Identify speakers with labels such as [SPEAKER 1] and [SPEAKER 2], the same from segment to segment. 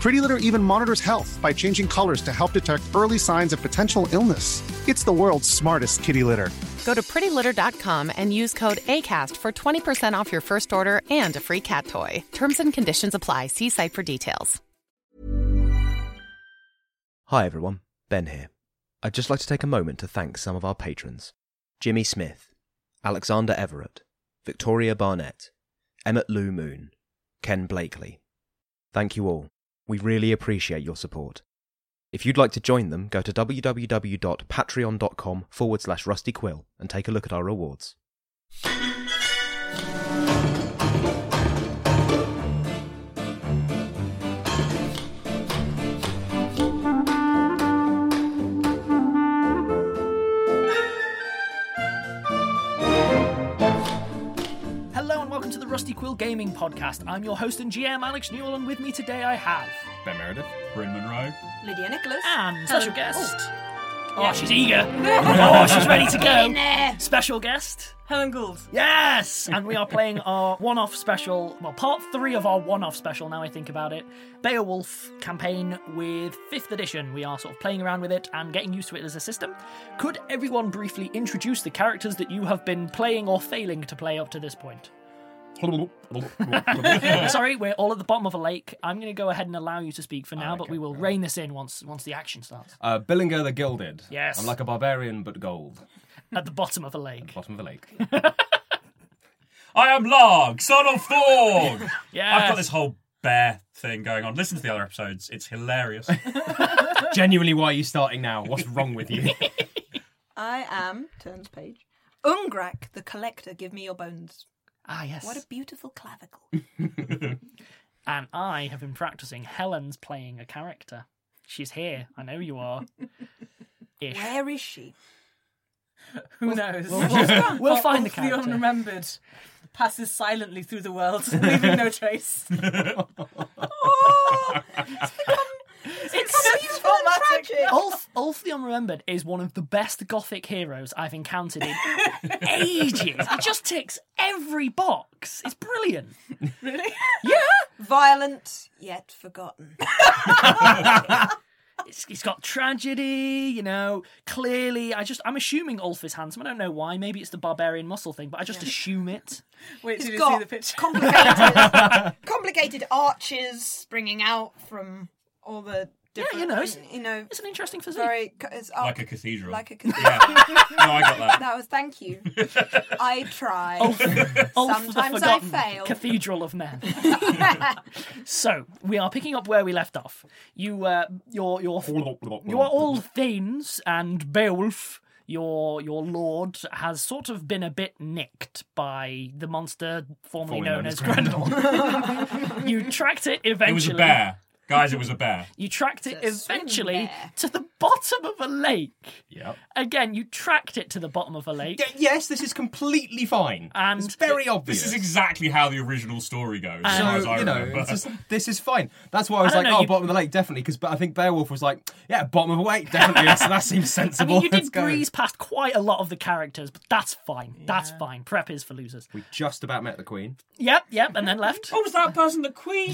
[SPEAKER 1] Pretty Litter even monitors health by changing colors to help detect early signs of potential illness. It's the world's smartest kitty litter.
[SPEAKER 2] Go to prettylitter.com and use code ACAST for 20% off your first order and a free cat toy. Terms and conditions apply. See site for details.
[SPEAKER 3] Hi everyone, Ben here. I'd just like to take a moment to thank some of our patrons Jimmy Smith, Alexander Everett, Victoria Barnett, Emmett Lou Moon, Ken Blakely. Thank you all. We really appreciate your support. If you'd like to join them, go to www.patreon.com forward slash rustyquill and take a look at our rewards.
[SPEAKER 4] Hello and welcome to the Rusty Quill Gaming Podcast. I'm your host and GM, Alex Newell, and with me today I have.
[SPEAKER 5] Ben Meredith, Bryn Monroe.
[SPEAKER 6] Lydia Nicholas.
[SPEAKER 4] And special guest. Oh,
[SPEAKER 6] Yeah.
[SPEAKER 4] she's eager. oh, she's ready to
[SPEAKER 6] In
[SPEAKER 4] go.
[SPEAKER 6] there.
[SPEAKER 4] Special guest.
[SPEAKER 6] Helen Gould.
[SPEAKER 4] Yes! And we are playing our one off special, well, part three of our one off special now I think about it. Beowulf campaign with 5th edition. We are sort of playing around with it and getting used to it as a system. Could everyone briefly introduce the characters that you have been playing or failing to play up to this point?
[SPEAKER 5] Uh,
[SPEAKER 4] Sorry, we're all at the bottom of a lake. I'm going to go ahead and allow you to speak for now, but we will rein this in once once the action starts.
[SPEAKER 5] uh, Billinger the Gilded.
[SPEAKER 4] Yes.
[SPEAKER 5] I'm like a barbarian, but gold.
[SPEAKER 4] At the bottom of a lake.
[SPEAKER 5] Bottom of the lake.
[SPEAKER 7] I am Larg, son of Thorg. I've
[SPEAKER 4] Yes.
[SPEAKER 7] got this whole bear thing going on. Listen to the other episodes; it's hilarious.
[SPEAKER 5] Genuinely, why are you starting now? What's wrong with you?
[SPEAKER 6] I am, turns page, Ungrak the Collector. Give me your bones.
[SPEAKER 4] Ah, yes.
[SPEAKER 6] What a beautiful clavicle.
[SPEAKER 4] And I have been practicing Helen's playing a character. She's here. I know you are. Ish.
[SPEAKER 6] Where is she?
[SPEAKER 8] Who knows?
[SPEAKER 4] We'll find the
[SPEAKER 8] Off The
[SPEAKER 4] character.
[SPEAKER 8] unremembered passes silently through the world, leaving no trace.
[SPEAKER 6] Oh,
[SPEAKER 8] it's so
[SPEAKER 6] tragic.
[SPEAKER 4] Ulf, Ulf the Unremembered is one of the best gothic heroes I've encountered in ages. He just ticks every box. It's brilliant.
[SPEAKER 6] Really?
[SPEAKER 4] Yeah.
[SPEAKER 6] Violent yet forgotten.
[SPEAKER 4] It's, it's got tragedy, you know. Clearly, I just I'm assuming Ulf is handsome. I don't know why. Maybe it's the barbarian muscle thing, but I just assume it.
[SPEAKER 8] Wait till
[SPEAKER 6] It's
[SPEAKER 8] you
[SPEAKER 6] got
[SPEAKER 8] see the picture.
[SPEAKER 6] complicated, complicated arches springing out from all the different.
[SPEAKER 4] you know, it's-
[SPEAKER 6] you know,
[SPEAKER 4] It's an interesting physique.
[SPEAKER 6] very co- it's arch-
[SPEAKER 7] Like a cathedral.
[SPEAKER 6] Like a
[SPEAKER 7] Yeah.
[SPEAKER 6] cathedral.
[SPEAKER 7] No, I got that.
[SPEAKER 6] was thank you. I try.
[SPEAKER 4] Ulf
[SPEAKER 6] Sometimes
[SPEAKER 4] the
[SPEAKER 6] I
[SPEAKER 4] forgotten
[SPEAKER 6] fail.
[SPEAKER 4] Cathedral of Men. so we are picking up where we left off. You, uh, your, your, your all Thanes and Beowulf. Your your lord has sort of been a bit nicked by the monster formerly
[SPEAKER 7] Formerly
[SPEAKER 4] known, as Grendel. you tracked it eventually.
[SPEAKER 7] It was a bear. Guys, it was a bear.
[SPEAKER 4] You tracked it
[SPEAKER 6] It's a swim
[SPEAKER 4] eventually
[SPEAKER 6] bear.
[SPEAKER 4] to the bottom of a lake.
[SPEAKER 5] Yep.
[SPEAKER 4] Again, you tracked it to the bottom of a lake.
[SPEAKER 5] Y- yes, this is completely fine.
[SPEAKER 4] And-
[SPEAKER 5] it's very obvious.
[SPEAKER 7] This is exactly how the original story goes, as far as
[SPEAKER 5] so
[SPEAKER 7] I
[SPEAKER 5] you know,
[SPEAKER 7] remember.
[SPEAKER 5] it's just, this is fine. That's why I was
[SPEAKER 4] I don't
[SPEAKER 5] like,
[SPEAKER 4] know,
[SPEAKER 5] oh,
[SPEAKER 4] you-
[SPEAKER 5] bottom of the lake, definitely. Because, but I think Beowulf was like, yeah, bottom of the lake, definitely. That's, that seems
[SPEAKER 4] I
[SPEAKER 5] sensible.
[SPEAKER 4] mean, you
[SPEAKER 5] Let's
[SPEAKER 4] did
[SPEAKER 5] go.
[SPEAKER 4] breeze past quite a lot of the characters, but that's fine. That's fine. Prep is for losers.
[SPEAKER 5] We just about met the Queen.
[SPEAKER 4] Yep, yep, and then left.
[SPEAKER 7] Oh, was that person the queen?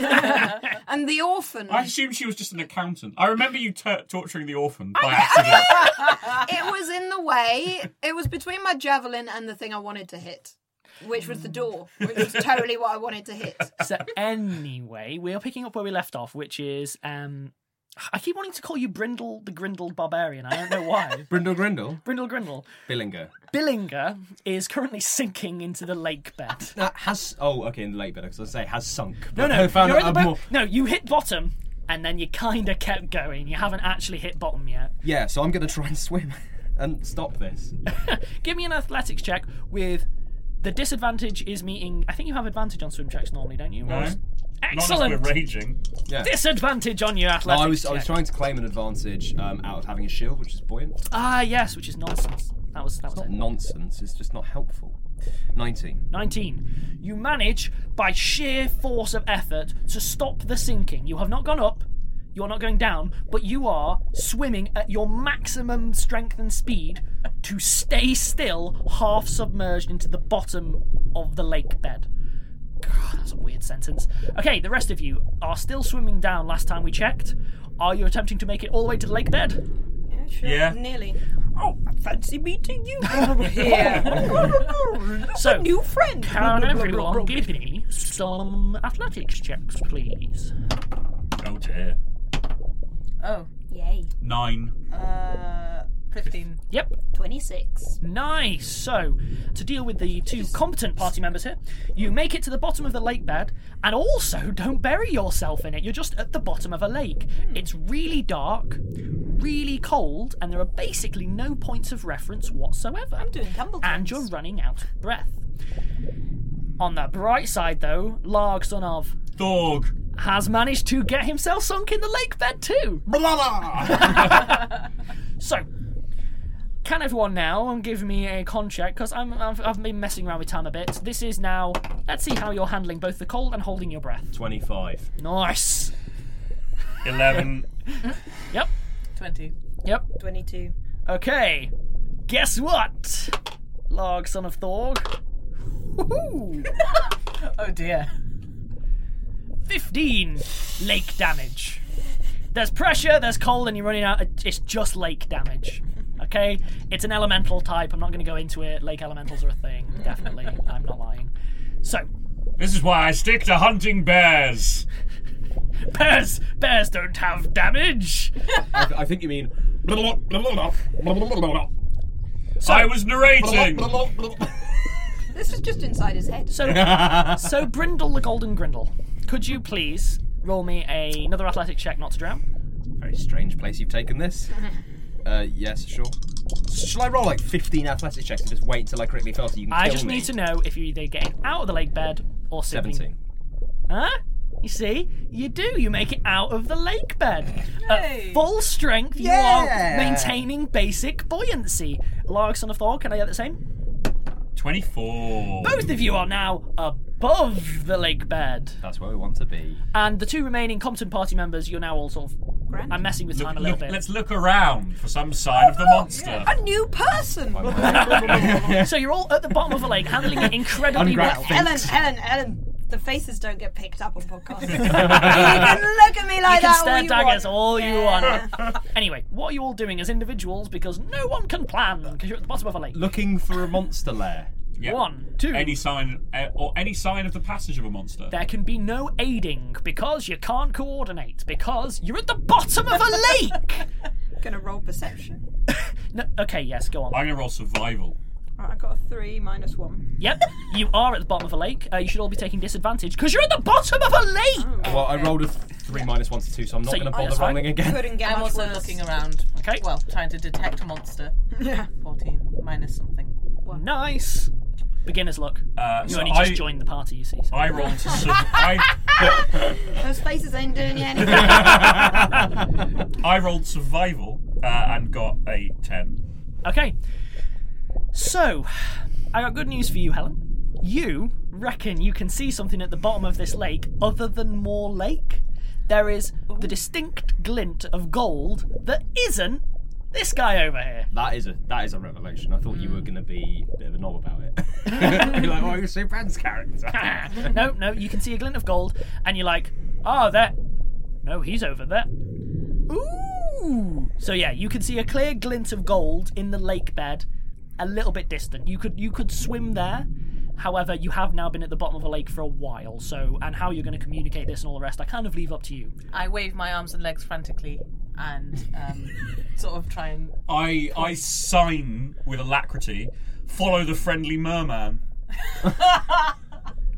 [SPEAKER 6] and the orphan.
[SPEAKER 7] I assumed she was just an accountant. I remember you tur torturing the orphan by accident.
[SPEAKER 6] It was in the way. It was between my javelin and the thing I wanted to hit, which was the door, which was totally what I wanted to hit.
[SPEAKER 4] So anyway, we are picking up where we left off, which is um, I keep wanting to call you Brindle the Grindled Barbarian. I don't know why.
[SPEAKER 5] Brindle Grindle,
[SPEAKER 4] Brindle Grindle.
[SPEAKER 5] Billinger.
[SPEAKER 4] Billinger is currently sinking into the lake bed.
[SPEAKER 5] That has. Oh, okay, in the lake better because I say has sunk.
[SPEAKER 4] No,
[SPEAKER 5] but
[SPEAKER 4] no,
[SPEAKER 5] I found
[SPEAKER 4] you're
[SPEAKER 5] out
[SPEAKER 4] at the
[SPEAKER 5] I'm
[SPEAKER 4] bo-
[SPEAKER 5] more-
[SPEAKER 4] No, you hit bottom, and then you kind of kept going. You haven't actually hit bottom yet.
[SPEAKER 5] Yeah, so I'm gonna try and swim and stop this.
[SPEAKER 4] Give me an athletics check with the disadvantage is meeting. I think you have advantage on swim checks normally, don't you?
[SPEAKER 7] No.
[SPEAKER 4] Ross?
[SPEAKER 7] Not as we're
[SPEAKER 4] Excellent.
[SPEAKER 7] raging.
[SPEAKER 5] Yeah.
[SPEAKER 4] Disadvantage on your
[SPEAKER 5] No,
[SPEAKER 4] athletics.
[SPEAKER 5] I was I was
[SPEAKER 4] check.
[SPEAKER 5] trying to claim an advantage um, out of having a shield, which is buoyant.
[SPEAKER 4] Ah, yes, which is nonsense. That was that was
[SPEAKER 5] It's not
[SPEAKER 4] it.
[SPEAKER 5] nonsense. It's just not helpful. Nineteen.
[SPEAKER 4] 19. You manage, by sheer force of effort, to stop the sinking. You have not gone up, you are not going down, but you are swimming at your maximum strength and speed to stay still, half submerged into the bottom of the lake bed. God, that's a weird sentence. Okay, the rest of you are still swimming down last time we checked. Are you attempting to make it all the way to the lake bed?
[SPEAKER 6] Yeah, sure.
[SPEAKER 7] Yeah.
[SPEAKER 6] Nearly. Oh, fancy meeting you over here.
[SPEAKER 4] So,
[SPEAKER 6] New friend.
[SPEAKER 4] can everyone give me some athletics checks, please?
[SPEAKER 7] Oh dear.
[SPEAKER 8] Oh,
[SPEAKER 6] Yay.
[SPEAKER 7] Nine.
[SPEAKER 8] uh, 15.
[SPEAKER 4] Yep,
[SPEAKER 6] 26.
[SPEAKER 4] Nice. So, to deal with the two competent party members here, you make it to the bottom of the lake bed and also don't bury yourself in it. You're just at the bottom of a lake.
[SPEAKER 6] Hmm.
[SPEAKER 4] It's really dark, really cold, and there are basically no points of reference whatsoever. I'm
[SPEAKER 6] doing tumble
[SPEAKER 4] And
[SPEAKER 6] turns.
[SPEAKER 4] you're running out of breath. On the bright side, though, Larg, son of,
[SPEAKER 7] Thorg.
[SPEAKER 4] has managed to get himself sunk in the lake bed too.
[SPEAKER 7] Blah, blah, blah.
[SPEAKER 4] So, can everyone now and give me a con check? Because I'm I've, I've been messing around with time a bit. This is now. Let's see how you're handling both the cold and holding your breath.
[SPEAKER 5] Twenty-five.
[SPEAKER 4] Nice.
[SPEAKER 7] Eleven.
[SPEAKER 4] Yep.
[SPEAKER 8] 20.
[SPEAKER 4] Yep.
[SPEAKER 6] 22.
[SPEAKER 4] Okay. Guess what? Larg, son of Thorg. Woohoo!
[SPEAKER 8] Oh dear.
[SPEAKER 4] Fifteen lake damage. There's pressure. There's cold, and you're running out. It's just lake damage. Okay, it's an elemental type. I'm not going to go into it. Lake elementals are a thing, definitely. I'm not lying. So,
[SPEAKER 7] This is why I stick to hunting bears.
[SPEAKER 4] Bears, bears don't have damage.
[SPEAKER 5] I, I think you mean.
[SPEAKER 7] I was narrating.
[SPEAKER 6] This was just inside his head.
[SPEAKER 4] So, so Brindle the Golden Grindle, could you please roll me a, another athletic check not to drown?
[SPEAKER 5] Very strange place you've taken this. Uh, yes, sure. Shall I roll like 15 athletics checks and just wait until I critically fail so you can
[SPEAKER 4] I
[SPEAKER 5] kill
[SPEAKER 4] just
[SPEAKER 5] me?
[SPEAKER 4] need to know if you're either getting out of the lake bed or sinking.
[SPEAKER 5] 17.
[SPEAKER 4] Huh? You see, you do. You make it out of the lake bed. At full strength, you
[SPEAKER 5] Yeah.
[SPEAKER 4] are maintaining basic buoyancy. Lark, son of Thor, can I get the same?
[SPEAKER 7] Twenty-four.
[SPEAKER 4] Both of you are now above the lake bed.
[SPEAKER 5] That's where we want to be.
[SPEAKER 4] And the two remaining Compton party members, you're now all sort of
[SPEAKER 6] grand.
[SPEAKER 4] I'm messing with time a little
[SPEAKER 7] Look,
[SPEAKER 4] bit. Ah!
[SPEAKER 7] let's look around for some sign of the monster.
[SPEAKER 6] A new person.
[SPEAKER 4] so you're all at the bottom of a lake, handling it incredibly well.
[SPEAKER 7] Ungrateful.
[SPEAKER 6] Ellen, Ellen, Ellen. The faces don't get picked up on podcasts. you can look at me like
[SPEAKER 4] you
[SPEAKER 6] that.
[SPEAKER 4] can stare
[SPEAKER 6] all you
[SPEAKER 4] daggers
[SPEAKER 6] want.
[SPEAKER 4] all you
[SPEAKER 6] Yeah.
[SPEAKER 4] want. anyway, what are you all doing as individuals? Because no one can plan because you're at the bottom of a lake.
[SPEAKER 5] Looking for a monster lair.
[SPEAKER 7] Yeah.
[SPEAKER 4] One, two.
[SPEAKER 7] Any sign eh, or any sign of the passage of a monster.
[SPEAKER 4] There can be no aiding because you can't coordinate because you're at the bottom of a lake.
[SPEAKER 6] Gonna roll perception.
[SPEAKER 4] No, okay, yes, go on.
[SPEAKER 7] I'm gonna roll survival.
[SPEAKER 6] All right, I got a three minus one.
[SPEAKER 4] Yep, you are at the bottom of a lake. Uh, you should all be taking disadvantage because you're at the bottom of a lake.
[SPEAKER 5] Well, I rolled a th- three minus one to two, so I'm not
[SPEAKER 4] So
[SPEAKER 5] going
[SPEAKER 4] you- oh,
[SPEAKER 5] to bother
[SPEAKER 4] that's fine.
[SPEAKER 5] rolling again.
[SPEAKER 6] Couldn't get
[SPEAKER 8] I'm
[SPEAKER 6] much
[SPEAKER 8] also
[SPEAKER 6] worse.
[SPEAKER 8] looking around.
[SPEAKER 4] Okay.
[SPEAKER 8] Well, trying to detect a monster.
[SPEAKER 6] Yeah.
[SPEAKER 8] 14 minus something.
[SPEAKER 4] Nice. Beginner's luck.
[SPEAKER 7] Uh,
[SPEAKER 4] you
[SPEAKER 7] so
[SPEAKER 4] only
[SPEAKER 7] I,
[SPEAKER 4] just joined the party, you see. so-
[SPEAKER 7] I rolled. Sur- I,
[SPEAKER 6] Those faces ain't doing you anything.
[SPEAKER 7] I rolled survival uh, and got a ten.
[SPEAKER 4] Okay. So, I got good news for you, Helen. You reckon you can see something at the bottom of this lake other than more lake? There is the distinct glint of gold that isn't this guy over here. Mm.
[SPEAKER 5] That is a that is a revelation. I thought you were going to be a bit of a knob about it. You're like, oh, you're Superman's character.
[SPEAKER 4] no, no, you can see a glint of gold, and you're like, oh, there. No, he's over there. Ooh. So yeah, you can see a clear glint of gold in the lake bed, a little bit distant. You could you could swim there. However, you have now been at the bottom of a lake for a while, so and how you're going to communicate this and all the rest, I kind of leave up to you.
[SPEAKER 8] I wave my arms and legs frantically and um, sort of try and.
[SPEAKER 7] I I sign with alacrity. Follow the friendly merman.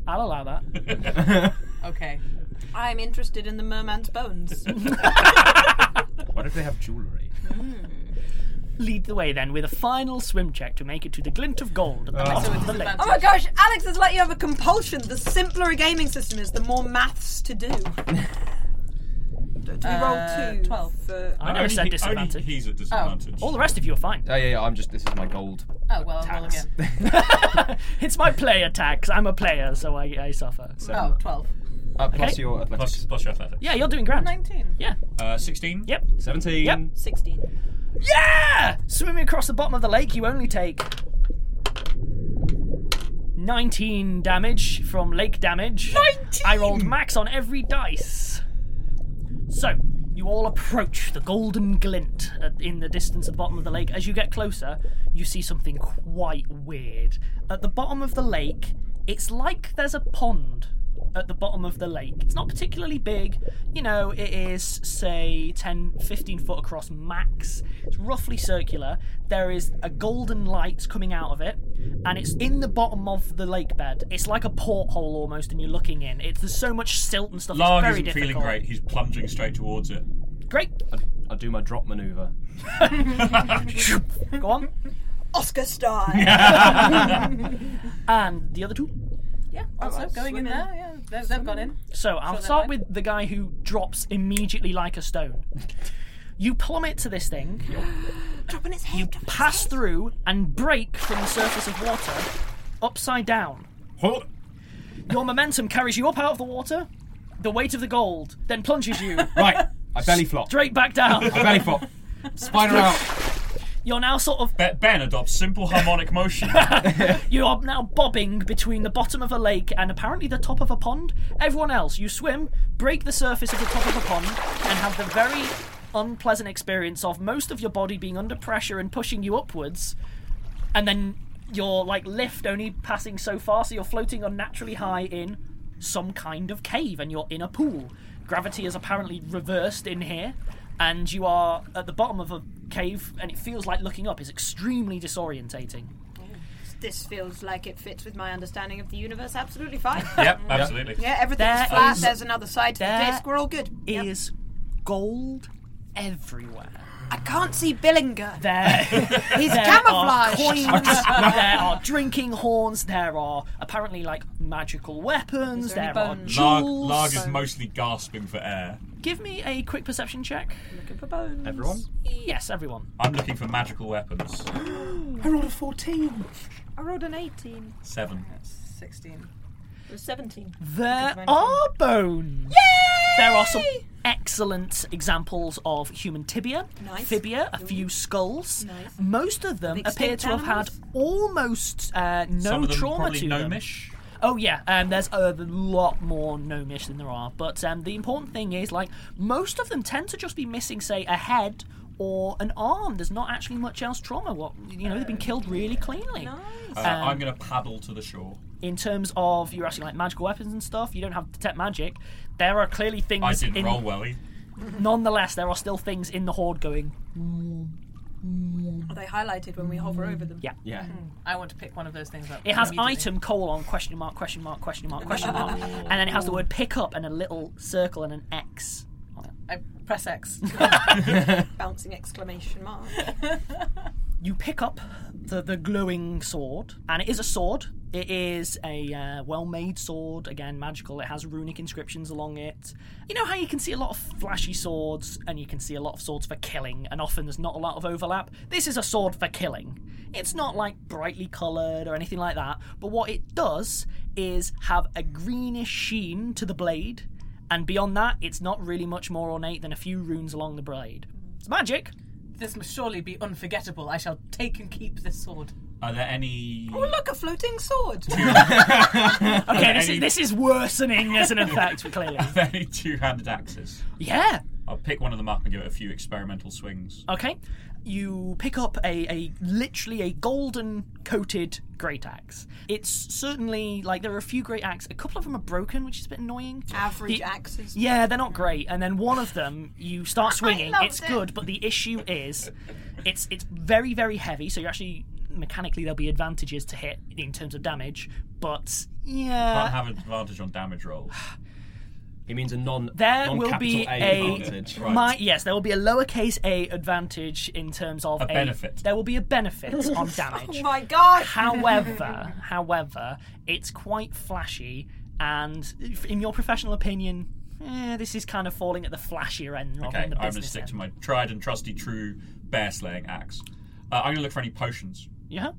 [SPEAKER 4] I'll allow that.
[SPEAKER 8] Okay.
[SPEAKER 6] I'm interested in the merman's bones. Hmm.
[SPEAKER 5] what if they have jewellery?
[SPEAKER 4] Lead the way then with a final swim check to make it to the glint of gold at the
[SPEAKER 8] So
[SPEAKER 4] bottom
[SPEAKER 8] with
[SPEAKER 4] of the lake.
[SPEAKER 6] Oh my gosh, Alex has let you have a compulsion. The simpler a gaming system is, the more maths to do. do
[SPEAKER 5] Oh,
[SPEAKER 6] we
[SPEAKER 8] Uh,
[SPEAKER 6] roll two?
[SPEAKER 8] 12.
[SPEAKER 6] For...
[SPEAKER 4] I never
[SPEAKER 7] Only-
[SPEAKER 4] said
[SPEAKER 7] only
[SPEAKER 4] disadvantage.
[SPEAKER 7] he's at disadvantage.
[SPEAKER 4] All the rest of you are fine.
[SPEAKER 5] Oh yeah, yeah, I'm just. This is my gold.
[SPEAKER 8] Oh, well, I'll roll
[SPEAKER 5] Tax.
[SPEAKER 8] again.
[SPEAKER 4] It's my player tax. I'm a player, so I, I suffer.
[SPEAKER 8] Oh, 12.
[SPEAKER 5] Uh, plus
[SPEAKER 4] Okay.
[SPEAKER 5] your athletics.
[SPEAKER 7] plus, plus your athletic.
[SPEAKER 4] Yeah, you're doing grand.
[SPEAKER 8] 19.
[SPEAKER 4] Yeah.
[SPEAKER 7] Uh, Sixteen.
[SPEAKER 4] Yep.
[SPEAKER 5] Seventeen.
[SPEAKER 4] Yep.
[SPEAKER 6] 16.
[SPEAKER 4] Yeah! Swimming across the bottom of the lake, you only take 19 damage from lake damage. 19! I rolled max on every dice. So, you all approach the golden glint at, in the distance at the bottom of the lake. As you get closer, you see something quite weird. At the bottom of the lake, it's like there's a pond at the bottom of the lake. It's not particularly big. You know, it is, say, 10, 15 foot across max. It's roughly circular. There is a golden light coming out of it, and it's in the bottom of the lake bed. It's like a porthole almost, and you're looking in. It's There's so much silt and stuff.
[SPEAKER 7] Larg
[SPEAKER 4] it's
[SPEAKER 7] isn't
[SPEAKER 4] very difficult.
[SPEAKER 7] feeling great. He's plunging straight towards it.
[SPEAKER 4] Great.
[SPEAKER 5] I do my drop maneuver.
[SPEAKER 4] Go on.
[SPEAKER 6] Oscar star.
[SPEAKER 4] And the other two.
[SPEAKER 8] Yeah, also going in there. Yeah, they've, they've gone in.
[SPEAKER 4] So I'll
[SPEAKER 8] they're
[SPEAKER 4] start
[SPEAKER 8] fine.
[SPEAKER 4] with the guy who drops immediately like a stone. You plummet to this thing.
[SPEAKER 6] Dropping its head.
[SPEAKER 4] You pass through and break from the surface of water upside down.
[SPEAKER 7] Hold.
[SPEAKER 4] Your momentum carries you up out of the water. The weight of the gold then plunges you
[SPEAKER 5] Right. I belly flop.
[SPEAKER 4] straight back down.
[SPEAKER 5] I belly flop. Spider out.
[SPEAKER 4] You're now sort of
[SPEAKER 7] Be- ben adopts simple harmonic motion.
[SPEAKER 4] You are now bobbing between the bottom of a lake and apparently the top of a pond. Everyone else, you swim, break the surface of the top of a pond, and have the very unpleasant experience of most of your body being under pressure and pushing you upwards, and then your like lift only passing so far, so you're floating unnaturally high in some kind of cave, and you're in a pool. Gravity is apparently reversed in here, and you are at the bottom of a cave, and it feels like looking up is extremely disorientating.
[SPEAKER 6] This feels like it fits with my understanding of the universe absolutely fine.
[SPEAKER 7] yep, absolutely.
[SPEAKER 6] Yeah, everything's
[SPEAKER 4] There
[SPEAKER 6] flat.
[SPEAKER 4] is-
[SPEAKER 6] There's another side to
[SPEAKER 4] there
[SPEAKER 6] the disc. We're all good. Yep.
[SPEAKER 4] is gold everywhere.
[SPEAKER 6] I can't see Billinger.
[SPEAKER 4] There,
[SPEAKER 6] He's
[SPEAKER 4] there are
[SPEAKER 6] camouflaged.
[SPEAKER 4] coins, there are drinking horns, there are apparently like magical weapons,
[SPEAKER 6] there
[SPEAKER 4] there,
[SPEAKER 6] any
[SPEAKER 4] are
[SPEAKER 6] bones?
[SPEAKER 7] Larg,
[SPEAKER 4] jewels.
[SPEAKER 7] Larg is mostly gasping for air.
[SPEAKER 4] Give me a quick perception check. Uh,
[SPEAKER 6] Looking for bones.
[SPEAKER 5] Everyone.
[SPEAKER 4] Yes, everyone.
[SPEAKER 7] I'm looking for magical weapons.
[SPEAKER 5] I rolled a fourteen.
[SPEAKER 6] I rolled an 18.
[SPEAKER 7] Seven.
[SPEAKER 8] 16.
[SPEAKER 6] It was 17.
[SPEAKER 4] There are bones. There are some excellent examples of human tibia,
[SPEAKER 9] Nice.
[SPEAKER 4] fibia, a few skulls.
[SPEAKER 9] Nice.
[SPEAKER 4] Most of them
[SPEAKER 9] Big
[SPEAKER 4] appear
[SPEAKER 9] stick
[SPEAKER 4] to have had
[SPEAKER 9] animals?
[SPEAKER 4] almost uh, no
[SPEAKER 7] Some of them
[SPEAKER 4] trauma
[SPEAKER 7] probably
[SPEAKER 4] to
[SPEAKER 7] gnomish?
[SPEAKER 4] them. Oh yeah, um, there's a lot more gnomish than there are. But um, the important thing is, like, most of them tend to just be missing, say, a head or an arm. There's not actually much else trauma. What you know, they've been killed really cleanly.
[SPEAKER 7] Uh,
[SPEAKER 4] Um,
[SPEAKER 7] I'm going to paddle to the shore.
[SPEAKER 4] in terms of you're actually like magical weapons and stuff, you don't have detect magic. There are clearly things.
[SPEAKER 7] I didn't
[SPEAKER 4] in,
[SPEAKER 7] roll well.
[SPEAKER 4] Nonetheless, there are still things in the horde going. mm,
[SPEAKER 8] Are they highlighted when we hover over them? Hmm.
[SPEAKER 4] Yeah.
[SPEAKER 7] Yeah.
[SPEAKER 8] I want to pick one of those things up.
[SPEAKER 4] It has
[SPEAKER 8] immediately.
[SPEAKER 4] item colon question mark question mark question mark question mark, and then it has the word pick up and a little circle and an X.
[SPEAKER 8] I press X.
[SPEAKER 9] Bouncing exclamation mark.
[SPEAKER 4] You pick up the the glowing sword, and it is a sword. It is a uh, well-made sword. Again, magical. It has runic inscriptions along it. You know how you can see a lot of flashy swords, and you can see a lot of swords for killing, and often there's not a lot of overlap. This is a sword for killing. It's not like brightly coloured or anything like that. But what it does is have a greenish sheen to the blade, and beyond that, it's not really much more ornate than a few runes along the blade. It's magic.
[SPEAKER 8] This must surely be unforgettable. I shall take and keep this sword.
[SPEAKER 7] Are there any?
[SPEAKER 8] Oh, look, a floating sword!
[SPEAKER 4] Okay, this is, this is worsening as an effect, clearly.
[SPEAKER 7] Are there any two-handed axes?
[SPEAKER 4] Yeah.
[SPEAKER 7] I'll pick one of them up and give it a few experimental swings.
[SPEAKER 4] Okay. You pick up a, a literally a golden coated great axe. It's certainly like there are a few great axes. A couple of them are broken, which is a bit annoying.
[SPEAKER 6] Average
[SPEAKER 4] The-
[SPEAKER 6] axes.
[SPEAKER 4] Yeah, they're not great. And then one of them, you start swinging.
[SPEAKER 6] loved
[SPEAKER 4] It's
[SPEAKER 6] it.
[SPEAKER 4] good, but the issue is, it's it's very very heavy. So you actually mechanically there'll be advantages to hit in terms of damage, but
[SPEAKER 7] Can't
[SPEAKER 4] yeah,
[SPEAKER 7] have advantage on damage rolls.
[SPEAKER 5] It means a non.
[SPEAKER 4] there
[SPEAKER 5] non
[SPEAKER 4] will be
[SPEAKER 5] a,
[SPEAKER 4] a,
[SPEAKER 5] advantage.
[SPEAKER 4] my yes, there will be a lowercase a advantage in terms of
[SPEAKER 7] A benefit.
[SPEAKER 4] There will be a benefit on damage.
[SPEAKER 9] Oh my god!
[SPEAKER 4] However, however, it's quite flashy, and if- in your professional opinion, eh, this is kind of falling at the flashier end rather
[SPEAKER 7] Okay,
[SPEAKER 4] than the
[SPEAKER 7] I'm going to
[SPEAKER 4] business
[SPEAKER 7] stick
[SPEAKER 4] end.
[SPEAKER 7] to my tried and trusty, true bear slaying axe. Uh, I'm going to look for any potions.
[SPEAKER 4] yeah,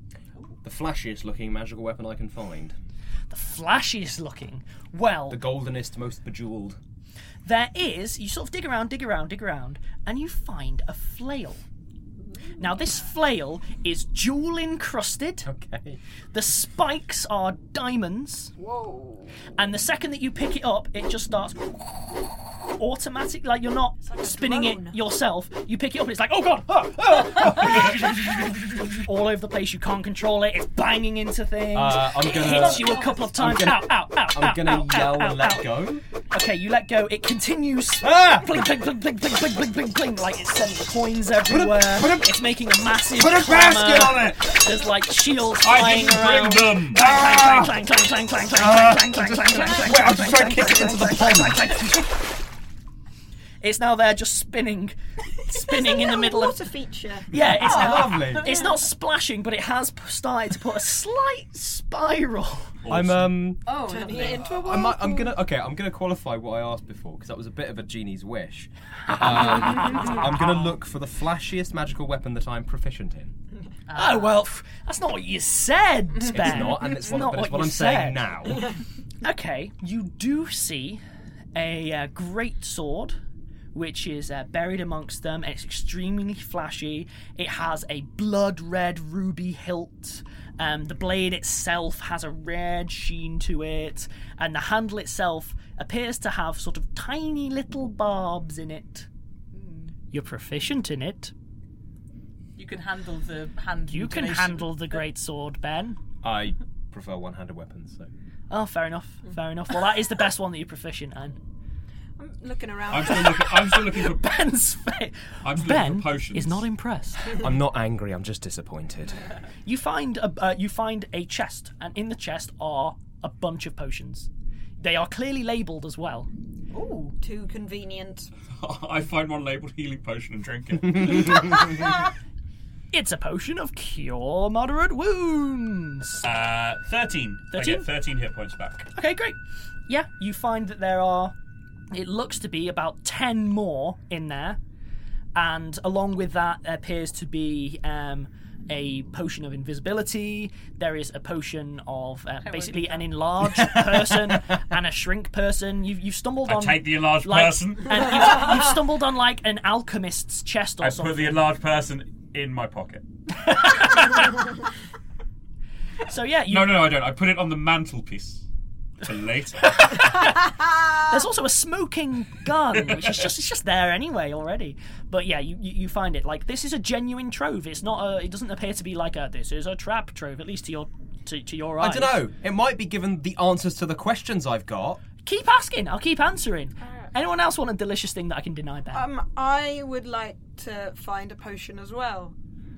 [SPEAKER 5] The flashiest looking magical weapon I can find.
[SPEAKER 4] the flashiest looking. Well,
[SPEAKER 5] The goldenest, most bejeweled.
[SPEAKER 4] there is. You sort of dig around, dig around, dig around, and you find a flail. Now this flail is jewel encrusted.
[SPEAKER 5] Okay.
[SPEAKER 4] The spikes are diamonds. Whoa. And the second that you pick it up, it just starts automatic. Like you're not spinning it yourself. You pick it up and it's like, oh god, ah, ah, ah." all over the place. You can't control it. It's banging into things.
[SPEAKER 5] Uh, I'm
[SPEAKER 4] it
[SPEAKER 5] gonna-
[SPEAKER 4] hits you a couple of
[SPEAKER 5] I'm
[SPEAKER 4] times.
[SPEAKER 5] gonna-
[SPEAKER 4] ow, ow, ow, ow,
[SPEAKER 5] I'm gonna
[SPEAKER 4] ow,
[SPEAKER 5] yell
[SPEAKER 4] ow, ow.
[SPEAKER 5] and let go.
[SPEAKER 4] Okay, you let go. It continues.
[SPEAKER 5] Ah!
[SPEAKER 4] Bling, bling, bling, bling, bling, bling, bling, bling, bling. Like it's sending coins everywhere.
[SPEAKER 5] put a-
[SPEAKER 4] it's making a massive.
[SPEAKER 5] put a basket
[SPEAKER 4] clamour.
[SPEAKER 5] on it!
[SPEAKER 4] There's like shields
[SPEAKER 7] I
[SPEAKER 4] flying
[SPEAKER 7] didn't
[SPEAKER 4] around.
[SPEAKER 7] bring them.
[SPEAKER 5] Ah.
[SPEAKER 4] Clang, clang, clang, clang, clang, clang, clang, clang, clang, clang, clang, clang,
[SPEAKER 5] Wait, I'm just trying Ah. to
[SPEAKER 4] clang,
[SPEAKER 5] kick it
[SPEAKER 4] clang,
[SPEAKER 5] into the
[SPEAKER 4] clang,
[SPEAKER 5] pond.
[SPEAKER 4] clang, clang, clang. It's now there, just spinning, spinning in the middle
[SPEAKER 9] What
[SPEAKER 4] of.
[SPEAKER 9] a feature.
[SPEAKER 4] Yeah, it's
[SPEAKER 5] Ah, lovely.
[SPEAKER 4] It's not splashing, but it has p- started to put a slight spiral.
[SPEAKER 5] I'm um.
[SPEAKER 8] Oh,
[SPEAKER 9] Turning it into a
[SPEAKER 5] I
[SPEAKER 9] world.
[SPEAKER 5] might, I'm gonna okay. I'm gonna qualify what I asked before because that was a bit of a genie's wish. Um, I'm gonna look for the flashiest magical weapon that I'm proficient in.
[SPEAKER 4] oh well, f- that's not what you said, Ben.
[SPEAKER 5] It's not, and it's, what,
[SPEAKER 4] not
[SPEAKER 5] but it's
[SPEAKER 4] what you
[SPEAKER 5] what I'm
[SPEAKER 4] said.
[SPEAKER 5] saying now.
[SPEAKER 4] Okay, you do see a uh, great sword, which is uh, buried amongst them. It's extremely flashy. It has a blood red ruby hilt. Um, the blade itself has a red sheen to it, and the handle itself appears to have sort of tiny little barbs in it.
[SPEAKER 5] Hmm.
[SPEAKER 4] You're proficient in it.
[SPEAKER 8] You can handle the hand.
[SPEAKER 4] You can
[SPEAKER 8] mutilation.
[SPEAKER 4] handle the great sword, Ben.
[SPEAKER 5] I prefer one-handed weapons. So
[SPEAKER 4] Oh, fair enough. Fair enough. Well, that is the best one that you're proficient in.
[SPEAKER 9] I'm looking around.
[SPEAKER 7] I'm still looking. I'm still looking for.
[SPEAKER 4] Ben's face.
[SPEAKER 7] I'm still looking
[SPEAKER 4] Ben
[SPEAKER 7] for potions.
[SPEAKER 4] is not impressed.
[SPEAKER 5] I'm not angry. I'm just disappointed.
[SPEAKER 4] You find a uh, you find a chest, and in the chest are a bunch of potions. They are clearly labelled as well.
[SPEAKER 9] Ooh, too convenient.
[SPEAKER 7] I find one labeled healing potion and drink it.
[SPEAKER 4] It's a potion of cure moderate wounds.
[SPEAKER 7] uh, Thirteen. I get
[SPEAKER 4] 13?
[SPEAKER 7] Thirteen hit points back.
[SPEAKER 4] Okay, great. Yeah, you find that there are. It looks to be about ten more in there, and along with that appears to be um, a potion of invisibility. There is a potion of uh,
[SPEAKER 7] would
[SPEAKER 4] basically an enlarged person and a shrink person. You've, you've stumbled
[SPEAKER 7] I
[SPEAKER 4] on.
[SPEAKER 7] take the enlarged
[SPEAKER 4] like-
[SPEAKER 7] person.
[SPEAKER 4] And you've, you've stumbled on like an alchemist's chest or
[SPEAKER 7] I
[SPEAKER 4] something.
[SPEAKER 7] put the enlarged person in my pocket.
[SPEAKER 4] so yeah, you,
[SPEAKER 7] No, no, no, I don't. I put it on the mantelpiece for later.
[SPEAKER 4] There's also a smoking gun, which is just it's just there anyway already. But yeah, you, you you find it like this is a genuine trove. It's not a. It doesn't appear to be like a this is a trap trove. At least to your to, to your eyes.
[SPEAKER 5] I don't know. It might be given the answers to the questions I've got.
[SPEAKER 4] Keep asking. I'll keep answering. Anyone else want a delicious thing that I can deny better?
[SPEAKER 9] Um, I would like to find a potion as well.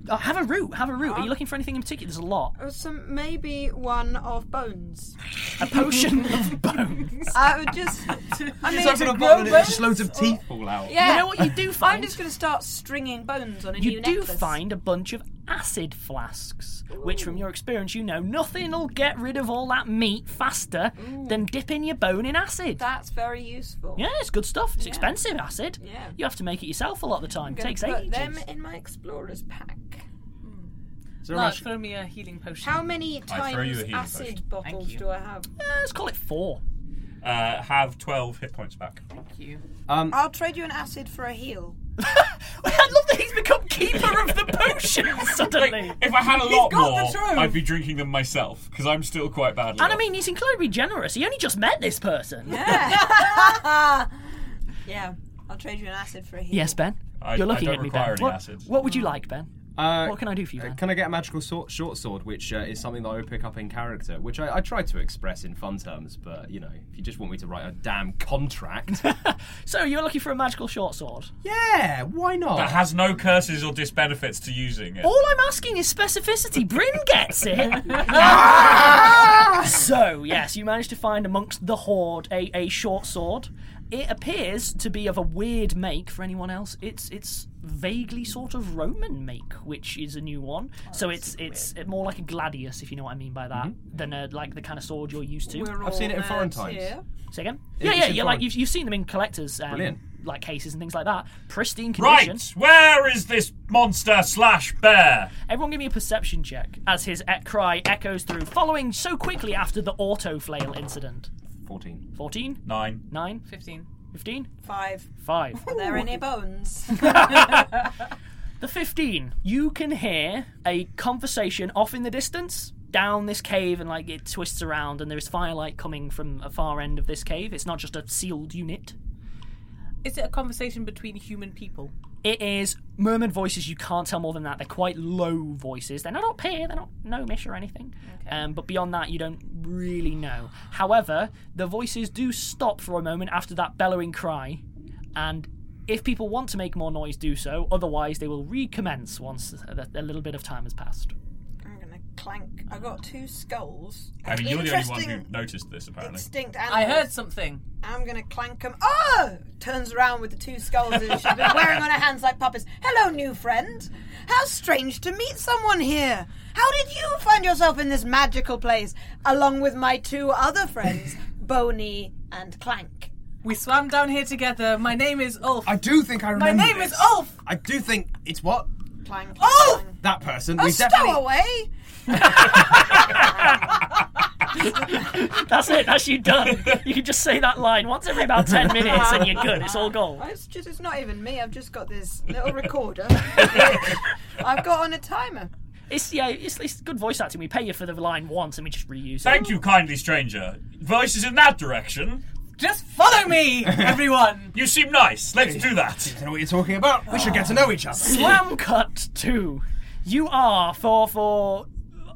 [SPEAKER 4] Oh, have a root. Have a root. Are you looking for anything in particular? There's a lot.
[SPEAKER 9] Uh, Some maybe one of bones.
[SPEAKER 4] A potion of bones.
[SPEAKER 9] I would just. I mean,
[SPEAKER 5] Just open a bottle and it's just loads of teeth fall out.
[SPEAKER 9] Yeah.
[SPEAKER 4] You know what you do find?
[SPEAKER 9] I'm just going to start stringing bones on a
[SPEAKER 4] You
[SPEAKER 9] new
[SPEAKER 4] do
[SPEAKER 9] necklace.
[SPEAKER 4] find a bunch of acid flasks, which, from your experience, you know nothing'll get rid of all that meat faster than dipping your bone in acid.
[SPEAKER 9] That's very useful.
[SPEAKER 4] Yeah, it's good stuff. It's
[SPEAKER 9] Yeah.
[SPEAKER 4] expensive acid.
[SPEAKER 9] Yeah.
[SPEAKER 4] You have to make it yourself a lot of the time.
[SPEAKER 9] I'm
[SPEAKER 4] It
[SPEAKER 9] gonna
[SPEAKER 4] takes
[SPEAKER 9] put
[SPEAKER 4] ages.
[SPEAKER 9] them in my explorer's pack.
[SPEAKER 5] Is there a
[SPEAKER 8] Lark,
[SPEAKER 5] magic-
[SPEAKER 8] throw me a healing potion.
[SPEAKER 9] How many
[SPEAKER 7] I throw you a
[SPEAKER 9] times
[SPEAKER 7] healing
[SPEAKER 9] acid
[SPEAKER 7] potion.
[SPEAKER 9] bottles do I have?
[SPEAKER 4] let's call it four.
[SPEAKER 7] Uh, have 12 hit points back.
[SPEAKER 8] Thank you.
[SPEAKER 5] Um,
[SPEAKER 9] I'll trade you an acid for a heal.
[SPEAKER 4] I love that he's become keeper of the potions suddenly.
[SPEAKER 7] If I had a lot
[SPEAKER 9] got the
[SPEAKER 7] more,
[SPEAKER 9] truth.
[SPEAKER 7] I'd be drinking them myself because I'm still quite badly.
[SPEAKER 4] and I
[SPEAKER 7] off.
[SPEAKER 4] mean, he's incredibly generous. He only just met this person.
[SPEAKER 9] Yeah, I'll trade you an acid for a heal.
[SPEAKER 4] Yes, Ben.
[SPEAKER 7] I-
[SPEAKER 4] You're
[SPEAKER 7] I
[SPEAKER 4] looking
[SPEAKER 7] don't
[SPEAKER 4] at me,
[SPEAKER 7] require any
[SPEAKER 4] Ben. what,
[SPEAKER 7] acid.
[SPEAKER 4] what
[SPEAKER 9] Mm.
[SPEAKER 4] would you like, Ben?
[SPEAKER 5] Uh,
[SPEAKER 4] What can I do for you,
[SPEAKER 5] uh,
[SPEAKER 4] Ben?
[SPEAKER 5] Can I get a magical sword, short sword, which uh, is something that I would pick up in character, which I, I try to express in fun terms, but you know, if you just want me to write a damn contract,
[SPEAKER 4] So you're looking for a magical short sword.
[SPEAKER 5] yeah, why not?
[SPEAKER 7] That has no curses or disbenefits to using it.
[SPEAKER 4] All I'm asking is specificity. Bryn gets it. so yes, you managed to find amongst the horde a, a short sword. It appears to be of a weird make for anyone else. It's it's vaguely sort of Roman make, which is a new one.
[SPEAKER 9] Oh,
[SPEAKER 4] so it's it's more like a gladius, if you know what I mean by that, than a, like the kind of sword you're used to.
[SPEAKER 9] We're
[SPEAKER 5] Mm-hmm. I've seen
[SPEAKER 9] all
[SPEAKER 5] it in foreign
[SPEAKER 9] nerds
[SPEAKER 5] times.
[SPEAKER 9] here.
[SPEAKER 4] Say again?
[SPEAKER 5] It
[SPEAKER 4] Yeah,
[SPEAKER 5] is
[SPEAKER 4] yeah,
[SPEAKER 5] in
[SPEAKER 4] yeah. Like
[SPEAKER 5] foreign.
[SPEAKER 4] you've, you've seen them in collectors, um,
[SPEAKER 5] Brilliant.
[SPEAKER 4] like cases and things like that. Pristine condition.
[SPEAKER 7] Right, where is this monster slash bear?
[SPEAKER 4] Everyone give me a perception check as his e- cry echoes through, following so quickly after the auto flail incident.
[SPEAKER 5] Fourteen.
[SPEAKER 4] 14,
[SPEAKER 7] Nine.
[SPEAKER 4] 9,
[SPEAKER 8] 15.
[SPEAKER 4] 15,
[SPEAKER 9] Five.
[SPEAKER 4] 5.
[SPEAKER 9] Are there any bones?
[SPEAKER 4] The 15, you can hear a conversation off in the distance down this cave and like it twists around and there's firelight coming from a far end of this cave. It's not just a sealed unit.
[SPEAKER 8] Is it a conversation between human people?
[SPEAKER 4] It is murmured voices. You can't tell more than that. They're quite low voices. They're not up here. They're not gnomish or anything. Um, but beyond that, you don't really know. However, the voices do stop for a moment after that bellowing cry, and if people want to make more noise, do so. Otherwise, they will recommence once a, a little bit of time has passed.
[SPEAKER 9] I'm going to clank. I got two skulls.
[SPEAKER 7] I mean, you're the only one
[SPEAKER 9] Interesting
[SPEAKER 7] who noticed this, apparently.
[SPEAKER 9] extinct animals.
[SPEAKER 8] I heard something.
[SPEAKER 9] I'm gonna clank them. Oh! Turns around with the two skulls that she's been wearing on her hands like puppets. Hello, new friend. How strange to meet someone here. How did you find yourself in this magical place, along with my two other friends, Boney and Clank?
[SPEAKER 8] We swam down here together. My name is Ulf.
[SPEAKER 5] I do think I
[SPEAKER 8] My
[SPEAKER 5] remember.
[SPEAKER 8] name
[SPEAKER 5] this.
[SPEAKER 8] is Ulf.
[SPEAKER 5] I do think it's what
[SPEAKER 9] Clank.
[SPEAKER 8] Ulf!
[SPEAKER 5] that person.
[SPEAKER 9] A
[SPEAKER 5] we definitely.
[SPEAKER 9] stowaway?
[SPEAKER 4] That's it. That's you done. You can just say that line once every about ten minutes, and you're good. It's all gold.
[SPEAKER 9] It's just, it's not even me. I've just got this little recorder. I've got on a timer.
[SPEAKER 4] It's yeah. It's, it's good voice acting. We pay you for the line once, and we just reuse it.
[SPEAKER 7] Thank you kindly, stranger. Voices in that direction.
[SPEAKER 8] Just follow me, everyone.
[SPEAKER 7] You seem nice. Let's do that.
[SPEAKER 5] I don't know what you're talking about. We should get to know each other.
[SPEAKER 4] Slam cut two. You are for for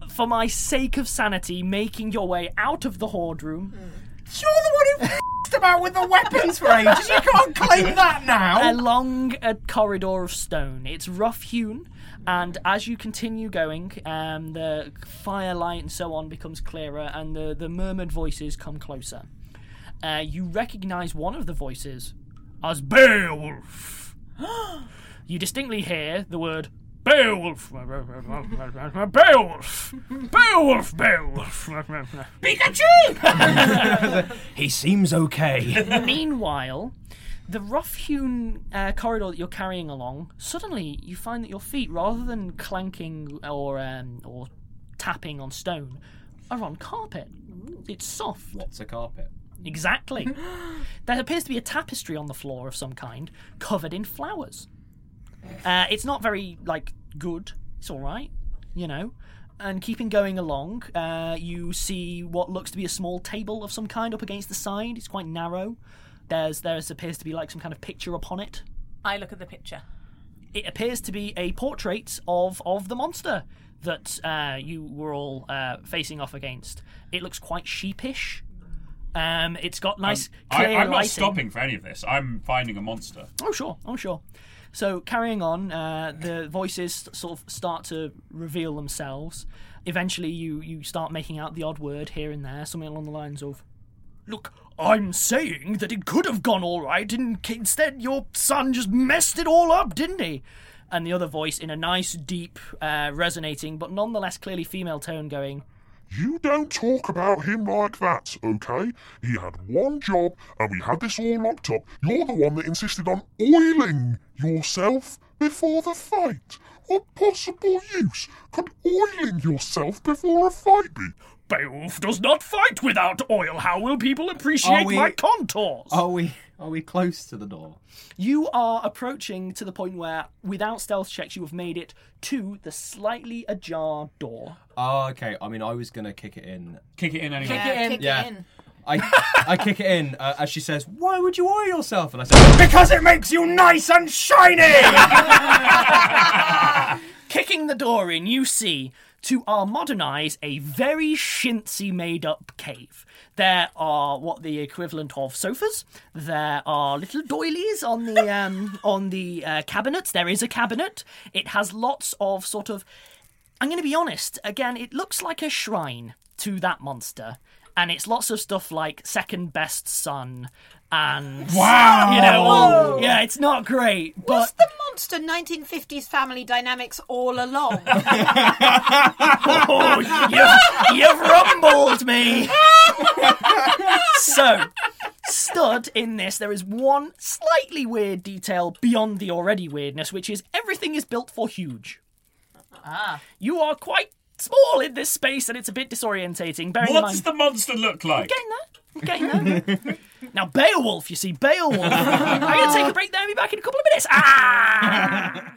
[SPEAKER 4] for my sake of sanity making your way out of the horde room,
[SPEAKER 5] You're the one who f***ed about with the weapons for ages. You can't claim that now.
[SPEAKER 4] along a corridor of stone. It's rough hewn, and as you continue going, um, the firelight and so on becomes clearer, and the the murmured voices come closer. Uh, you recognise one of the voices as Beowulf. you distinctly hear the word Beowulf. Beowulf. Beowulf. Beowulf. Pikachu!
[SPEAKER 5] He seems okay.
[SPEAKER 4] Meanwhile, the rough-hewn uh, corridor that you're carrying along, suddenly you find that your feet, rather than clanking or um, or tapping on stone, are on carpet. It's soft.
[SPEAKER 5] What's a carpet?
[SPEAKER 4] Exactly. there appears to be a tapestry on the floor of some kind, covered in flowers. Uh, it's not very like good. It's all right, you know. And keeping going along, uh, you see what looks to be a small table of some kind up against the side. It's quite narrow. There's there appears to be like some kind of picture upon it.
[SPEAKER 8] I look at the picture.
[SPEAKER 4] It appears to be a portrait of of the monster that uh, you were all uh, facing off against. It looks quite sheepish. Um, it's got nice
[SPEAKER 7] I,
[SPEAKER 4] clear
[SPEAKER 7] I'm not
[SPEAKER 4] lighting.
[SPEAKER 7] stopping for any of this. I'm finding a monster.
[SPEAKER 4] Oh sure, oh sure. So carrying on, uh, the voices sort of start to reveal themselves. Eventually, you you start making out the odd word here and there, something along the lines of, "Look, I'm saying that it could have gone all right, and k- instead your son just messed it all up, didn't he?" And the other voice, in a nice, deep, uh, resonating but nonetheless clearly female tone, going,
[SPEAKER 10] You don't talk about him like that, okay? He had one job and we had this all locked up. You're the one that insisted on oiling yourself before the fight. What possible use could oiling yourself before a fight be?
[SPEAKER 7] Beowulf does not fight without oil. How will people
[SPEAKER 4] "Appreciate my contours."
[SPEAKER 5] Are we are we close to the door?
[SPEAKER 4] You are approaching to the point where, without stealth checks, you have made it to the slightly ajar door.
[SPEAKER 5] Oh, okay. I mean, I was gonna kick it in.
[SPEAKER 7] Kick it in anyway. Kick it in. Kick it in.
[SPEAKER 5] I I kick it in uh, as she says, "Why would you oil yourself?" And I say, "Because it makes you nice and shiny."
[SPEAKER 4] Kicking the door in, you see, to our modern eyes, a very shintsy made up cave. There are what the equivalent of sofas. There are little doilies on the um, on the uh, cabinets. There is a cabinet. It has lots of sort of. I'm going to be honest. Again, it looks like a shrine to that monster, and it's lots of stuff like second best son and
[SPEAKER 7] Wow.
[SPEAKER 4] you know, all-
[SPEAKER 7] Whoa.
[SPEAKER 4] yeah, it's not great, but
[SPEAKER 9] Was the monster 1950s family dynamics all along?
[SPEAKER 4] Oh, you've, you've rumbled me. so, stud in this, there is one slightly weird detail beyond the already weirdness, which is everything is built for huge. Ah. You are quite small in this space, and it's a bit disorientating. Bearing in
[SPEAKER 7] What
[SPEAKER 4] mind-
[SPEAKER 7] does the monster look like?
[SPEAKER 4] now, Beowulf, you see, Beowulf. I'm going to take a break there and be back in a couple of minutes. Ah!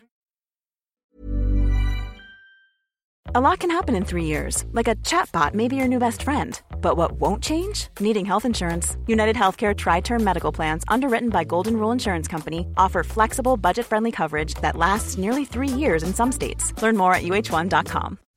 [SPEAKER 11] A lot can happen in three years, like a chatbot may be your new best friend. But what won't change? Needing health insurance. United Healthcare Tri Term Medical Plans, underwritten by Golden Rule Insurance Company, offer flexible, budget friendly coverage that lasts nearly three years in some states. Learn more at uh1.com.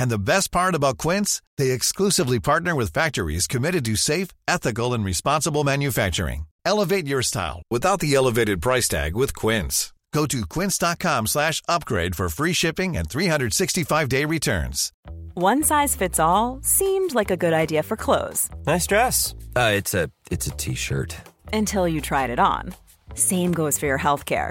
[SPEAKER 12] And the best part about Quince, they exclusively partner with factories committed to safe, ethical, and responsible manufacturing. Elevate your style without the elevated price tag with Quince. Go to quince.com slash upgrade for free shipping and 365-day returns.
[SPEAKER 11] One size fits all seemed like a good idea for clothes
[SPEAKER 13] Nice dress. Uh, it's a it's a t-shirt.
[SPEAKER 11] until you tried it on. Same goes for your healthcare.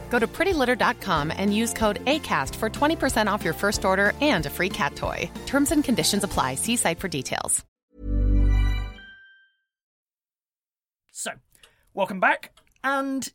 [SPEAKER 2] Go to prettylitter.com and use code ACAST for 20% off your first order and a free cat toy. Terms and conditions apply. See site for details.
[SPEAKER 4] So, welcome back. And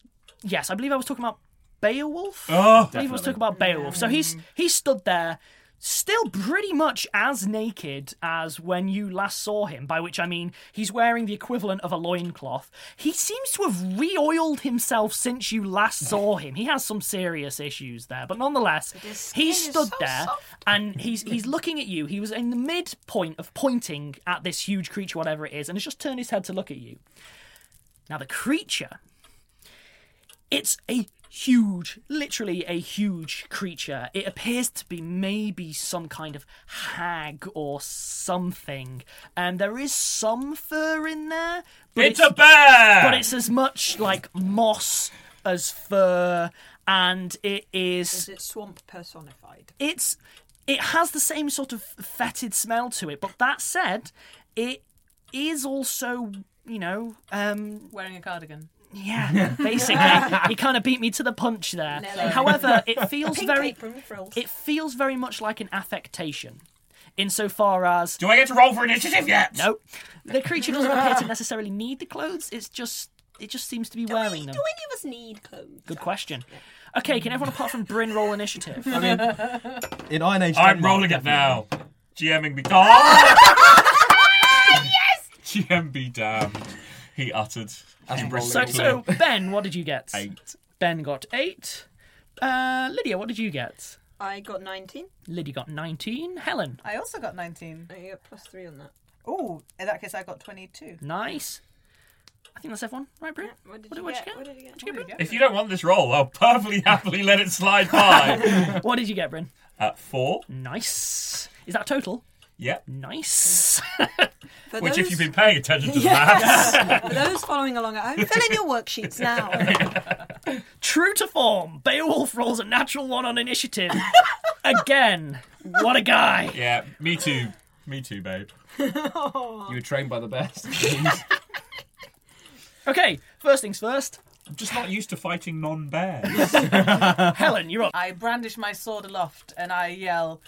[SPEAKER 4] yes, I believe I was talking about Beowulf.
[SPEAKER 7] Oh,
[SPEAKER 4] I believe I
[SPEAKER 7] definitely.
[SPEAKER 4] was talking about Beowulf. So he's he stood there, still pretty much as naked as when you last saw him. By which I mean he's wearing the equivalent of a loincloth. He seems to have re-oiled himself since you last saw him. He has some serious issues there, but nonetheless, he stood there and he's he's looking at you. He was in the midpoint of pointing at this huge creature, whatever it is, and has just turned his head to look at you. Now, the creature, it's a huge, literally a huge creature. It appears to be maybe some kind of hag or something. And there is some fur in there.
[SPEAKER 7] It's a bear!
[SPEAKER 4] But it's as much like moss as fur, and it is.
[SPEAKER 9] Is it swamp personified?
[SPEAKER 4] It's it has the same sort of fetid smell to it, but that said, it is also you know um
[SPEAKER 8] Wearing a cardigan.
[SPEAKER 4] yeah basically you kind of beat me to the punch there.
[SPEAKER 8] Nelly.
[SPEAKER 4] However, it feels
[SPEAKER 8] Pink
[SPEAKER 4] very
[SPEAKER 8] apron frills.
[SPEAKER 4] it feels very much like an affectation. Insofar as
[SPEAKER 7] Do I get to roll for initiative yet?
[SPEAKER 4] No, the creature doesn't appear to necessarily need the clothes. It's just it just seems to be wearing them.
[SPEAKER 13] Do any of us need clothes?
[SPEAKER 4] Good question. Okay, can everyone apart from Bryn roll initiative?
[SPEAKER 7] I mean,
[SPEAKER 5] In Iron Age,
[SPEAKER 7] I'm
[SPEAKER 5] Denmark,
[SPEAKER 7] rolling it
[SPEAKER 5] definitely.
[SPEAKER 7] now. GMing me. Oh!
[SPEAKER 4] Ah!
[SPEAKER 7] yes! GM be damned. He uttered as I'm rolling
[SPEAKER 4] So,
[SPEAKER 7] it.
[SPEAKER 4] so Ben, what did you get?
[SPEAKER 7] Eight.
[SPEAKER 4] Ben got eight. Uh, Lydia, what did you get?
[SPEAKER 9] I got 19.
[SPEAKER 4] Lydia got nineteen. Helen,
[SPEAKER 8] I also got 19.
[SPEAKER 9] I got plus 3 on that.
[SPEAKER 8] Oh, in that case, I got 22.
[SPEAKER 4] nice. I think that's everyone, right, Bryn? what did what'd you get? What did you get?
[SPEAKER 7] If you don't want this roll, I'll perfectly happily let it slide by.
[SPEAKER 4] What did you get, Bryn?
[SPEAKER 7] At four.
[SPEAKER 4] Nice. Is that total?
[SPEAKER 7] Yep.
[SPEAKER 4] Nice.
[SPEAKER 9] For
[SPEAKER 7] Which, if
[SPEAKER 9] those-
[SPEAKER 7] you've been paying attention to the
[SPEAKER 9] Yes.
[SPEAKER 7] maths.
[SPEAKER 9] For those following along at home, fill in your worksheets now.
[SPEAKER 4] True to form, Beowulf rolls a natural one on initiative. Again, what a guy.
[SPEAKER 7] yeah, me too. Me too, babe. You were trained by the best. I'm
[SPEAKER 4] Okay, first things first.
[SPEAKER 7] just not used to fighting non bears.
[SPEAKER 4] Helen, you're up.
[SPEAKER 8] I brandish my sword aloft and I yell,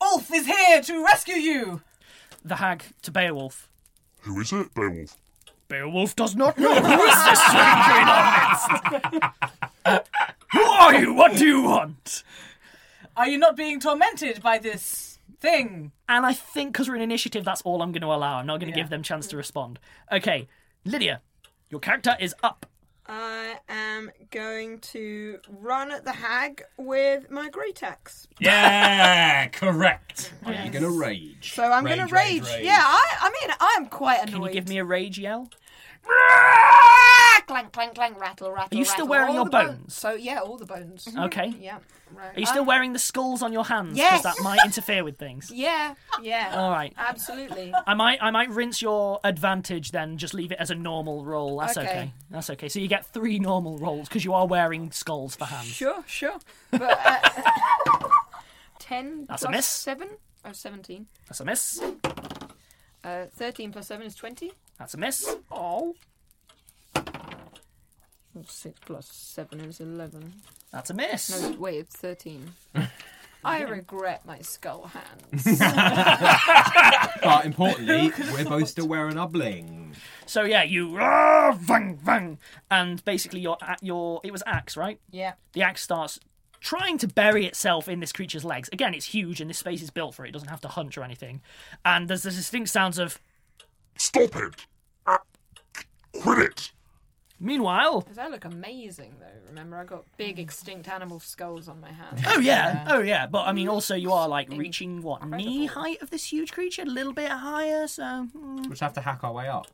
[SPEAKER 8] Ulf is here to rescue you!
[SPEAKER 4] The hag to Beowulf.
[SPEAKER 10] Who is it, Beowulf?
[SPEAKER 4] Beowulf does not know who is this stranger in our midst. Who are you? What do you want?
[SPEAKER 8] Are you not being tormented by this thing?
[SPEAKER 4] And I think because we're in initiative, that's all I'm going to allow. I'm not going to give them chance to respond. Okay, Lydia, your character is up.
[SPEAKER 9] I am going to run at the hag with my great axe.
[SPEAKER 7] yeah, correct. Are you going to rage?
[SPEAKER 9] So I'm going to rage. Yeah, I, I mean, I'm quite
[SPEAKER 4] Can you
[SPEAKER 9] annoyed.
[SPEAKER 4] give me a rage yell?
[SPEAKER 13] Ah, clank, clank, clank, rattle, rattle.
[SPEAKER 4] Are you still
[SPEAKER 13] rattle.
[SPEAKER 4] wearing
[SPEAKER 13] All
[SPEAKER 4] your
[SPEAKER 13] the
[SPEAKER 4] bones? Mm-hmm.
[SPEAKER 9] So yeah, all the bones.
[SPEAKER 4] Okay.
[SPEAKER 9] Yeah. Right.
[SPEAKER 4] Are you
[SPEAKER 8] Uh,
[SPEAKER 4] still
[SPEAKER 9] Um,
[SPEAKER 4] wearing the skulls on your hands?
[SPEAKER 9] Yes.
[SPEAKER 4] Because that might interfere with things.
[SPEAKER 9] Yeah. Yeah.
[SPEAKER 4] All right. Uh,
[SPEAKER 9] Absolutely.
[SPEAKER 4] I might, I might rinse your advantage then. Just leave it as a normal roll. That's okay.
[SPEAKER 9] Okay.
[SPEAKER 4] That's okay. So you get three normal rolls because you are wearing skulls for hands.
[SPEAKER 9] Sure. Sure. But uh,
[SPEAKER 13] Ten
[SPEAKER 4] That's a
[SPEAKER 13] plus
[SPEAKER 4] miss.
[SPEAKER 13] seven. Oh, 17.
[SPEAKER 4] That's a miss.
[SPEAKER 13] Uh, Thirteen plus seven is twenty.
[SPEAKER 4] That's a miss.
[SPEAKER 13] Oh. Six plus seven is eleven.
[SPEAKER 4] That's a miss.
[SPEAKER 13] No, wait, it's thirteen. I regret my skull hand.
[SPEAKER 5] But importantly, we're both still wearing our bling.
[SPEAKER 4] So yeah, you ah, vang vang, and basically your a- your it was axe, right?
[SPEAKER 8] Yeah.
[SPEAKER 4] The axe starts trying to bury itself in this creature's legs. Again, it's huge, and this space is built for it. It doesn't have to hunch or anything. And there's the distinct sounds of
[SPEAKER 10] Stop it! Ah, quit it!
[SPEAKER 4] Meanwhile,
[SPEAKER 13] 'Cause I look amazing, though. Remember, I got big extinct animal skulls on my hands.
[SPEAKER 4] oh yeah, oh yeah, but I mean, also you are like reaching what knee height of this huge creature, a little bit higher, so. mm.
[SPEAKER 5] We'll just have to hack our way up.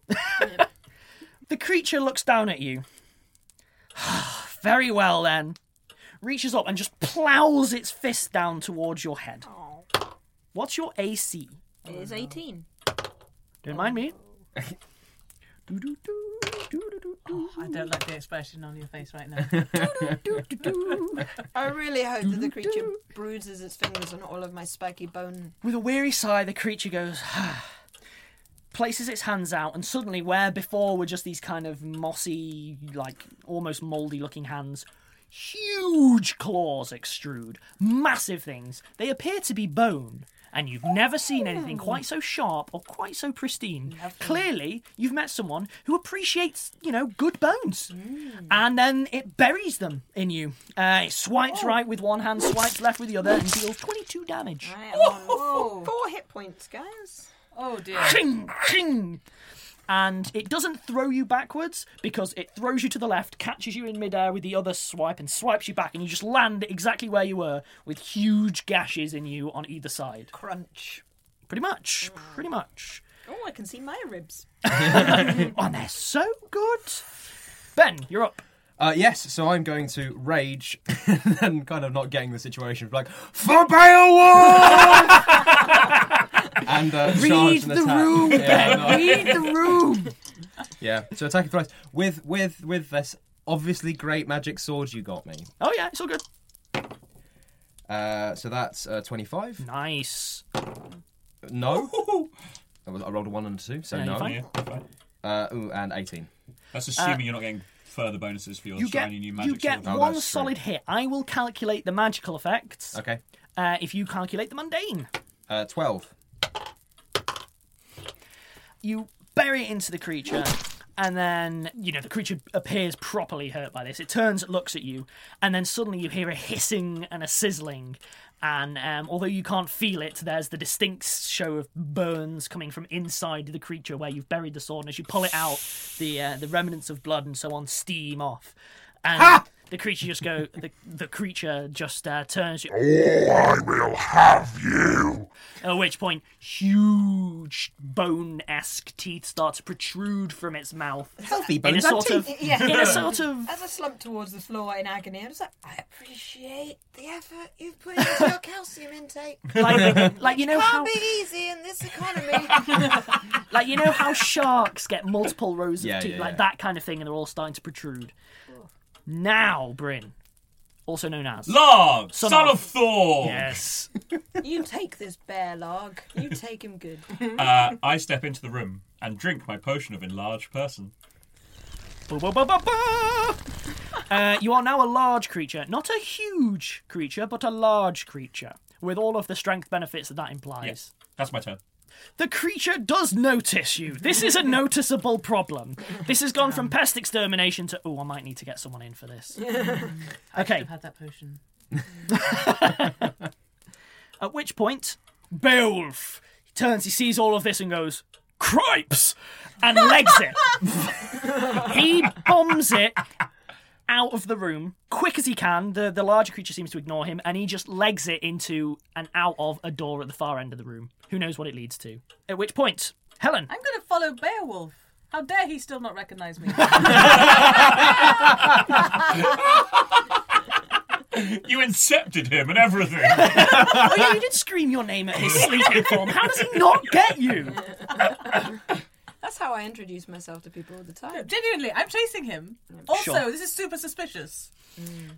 [SPEAKER 4] The creature looks down at you. Very well, then. Reaches up and just plows its fist down towards your head. What's your AC?
[SPEAKER 13] It is 18.
[SPEAKER 4] Don't mind me.
[SPEAKER 8] Oh, I don't like the expression on your face right now.
[SPEAKER 6] I really hope that the creature bruises its fingers on all of my spiky bone.
[SPEAKER 4] With a weary sigh, the creature goes, "Ah," places its hands out, and suddenly, where before were just these kind of mossy, like almost mouldy looking hands, huge claws extrude, massive things. They appear to be bone. And you've never seen anything quite so sharp or quite so pristine. Clearly, you've met someone who appreciates, you know, good bones.
[SPEAKER 9] Hmm. Mm.
[SPEAKER 4] And then it buries them in you. Uh, it swipes right with one hand, swipes left with the other, and deals 22 damage.
[SPEAKER 9] I am on four hit points, guys.
[SPEAKER 8] Oh dear.
[SPEAKER 4] Ching, ching. And it doesn't throw you backwards because it throws you to the left, catches you in midair with the other swipe, and swipes you back, and you just land exactly where you were with huge gashes in you on either side.
[SPEAKER 9] Crunch.
[SPEAKER 4] Pretty much. Pretty much.
[SPEAKER 9] Oh, I can see my ribs.
[SPEAKER 4] and they're so good. Ben, you're up.
[SPEAKER 5] Uh, yes, so I'm going to rage and kind of not getting the situation. Like, for Beowulf! and uh, charge and attack. Yeah, no.
[SPEAKER 4] room.
[SPEAKER 5] Yeah, so attacking thrice. With, with, with this obviously great magic sword you got me.
[SPEAKER 4] Oh, yeah, it's all good.
[SPEAKER 5] Uh, so that's uh, 25.
[SPEAKER 4] Nice.
[SPEAKER 5] No. I was- I rolled a 1 and a 2, so
[SPEAKER 7] Yeah, you're
[SPEAKER 5] no.
[SPEAKER 7] fine. Yeah, you're fine.
[SPEAKER 5] Uh, ooh, and 18.
[SPEAKER 7] That's assuming you're not getting further bonuses for your
[SPEAKER 4] Uh, You get,
[SPEAKER 7] shiny new magic Oh,
[SPEAKER 4] you get
[SPEAKER 5] Oh,
[SPEAKER 7] sword.
[SPEAKER 4] one solid hit. I will calculate the magical effects
[SPEAKER 5] Okay.
[SPEAKER 4] uh, if you calculate the mundane.
[SPEAKER 5] Uh, 12.
[SPEAKER 4] you bury it into the creature and then you know the creature appears properly hurt by this it turns looks at you and then suddenly you hear a hissing and a sizzling and um, although you can't feel it there's the distinct show of burns coming from inside the creature where you've buried the sword and as you pull it out the uh, the remnants of blood and so on steam off and the creature just go the, the creature just uh, turns you
[SPEAKER 10] Oh, I will have you.
[SPEAKER 4] at which point, huge bone esque teeth start to protrude from its mouth.
[SPEAKER 5] Healthy
[SPEAKER 4] In a sort of.
[SPEAKER 9] yeah.
[SPEAKER 4] In a sort of.
[SPEAKER 9] As I slump towards the floor in agony, I'm just like, I appreciate the effort you've put into your calcium intake.
[SPEAKER 4] Like, like you know
[SPEAKER 9] Can't
[SPEAKER 4] how
[SPEAKER 9] be easy in this economy.
[SPEAKER 4] like you know how sharks get multiple rows of
[SPEAKER 5] Yeah,
[SPEAKER 4] teeth,
[SPEAKER 5] yeah,
[SPEAKER 4] like
[SPEAKER 5] yeah.
[SPEAKER 4] that kind of thing, and they're all starting to protrude. Now, Bryn, also known as
[SPEAKER 7] Larg,
[SPEAKER 4] Son
[SPEAKER 7] son,
[SPEAKER 4] of-
[SPEAKER 7] of, Thor.
[SPEAKER 4] Yes.
[SPEAKER 9] you take this bear log. You take him good.
[SPEAKER 7] Uh, I step into the room and drink my potion of enlarged person.
[SPEAKER 4] Ba, ba, ba, ba, ba. Uh, you are now a large creature, not a huge creature, but a large creature, with all of the strength benefits that that implies.
[SPEAKER 7] That's my turn.
[SPEAKER 4] The creature does notice you. This is a noticeable problem. This has gone from pest extermination to oh, I might need to get someone in for this. Okay,
[SPEAKER 8] I've had that potion.
[SPEAKER 4] at which point, Beowulf turns, he sees all of this and goes, Cripes! and legs it. he bombs it out of the room quick as he can. The, the larger creature seems to ignore him, and he just legs it into and out of a door at the far end of the room. Who knows what it leads to? At which point, Helen.
[SPEAKER 8] I'm going to follow Beowulf. How dare he still not recognise me?
[SPEAKER 7] You incepted him and everything.
[SPEAKER 4] Oh, yeah, you did scream your name at his sleeping form. How does he not get you?
[SPEAKER 13] That's how I introduce myself to people all the time.
[SPEAKER 8] Genuinely, I'm chasing him. Also,
[SPEAKER 4] Sure.
[SPEAKER 8] this is super suspicious.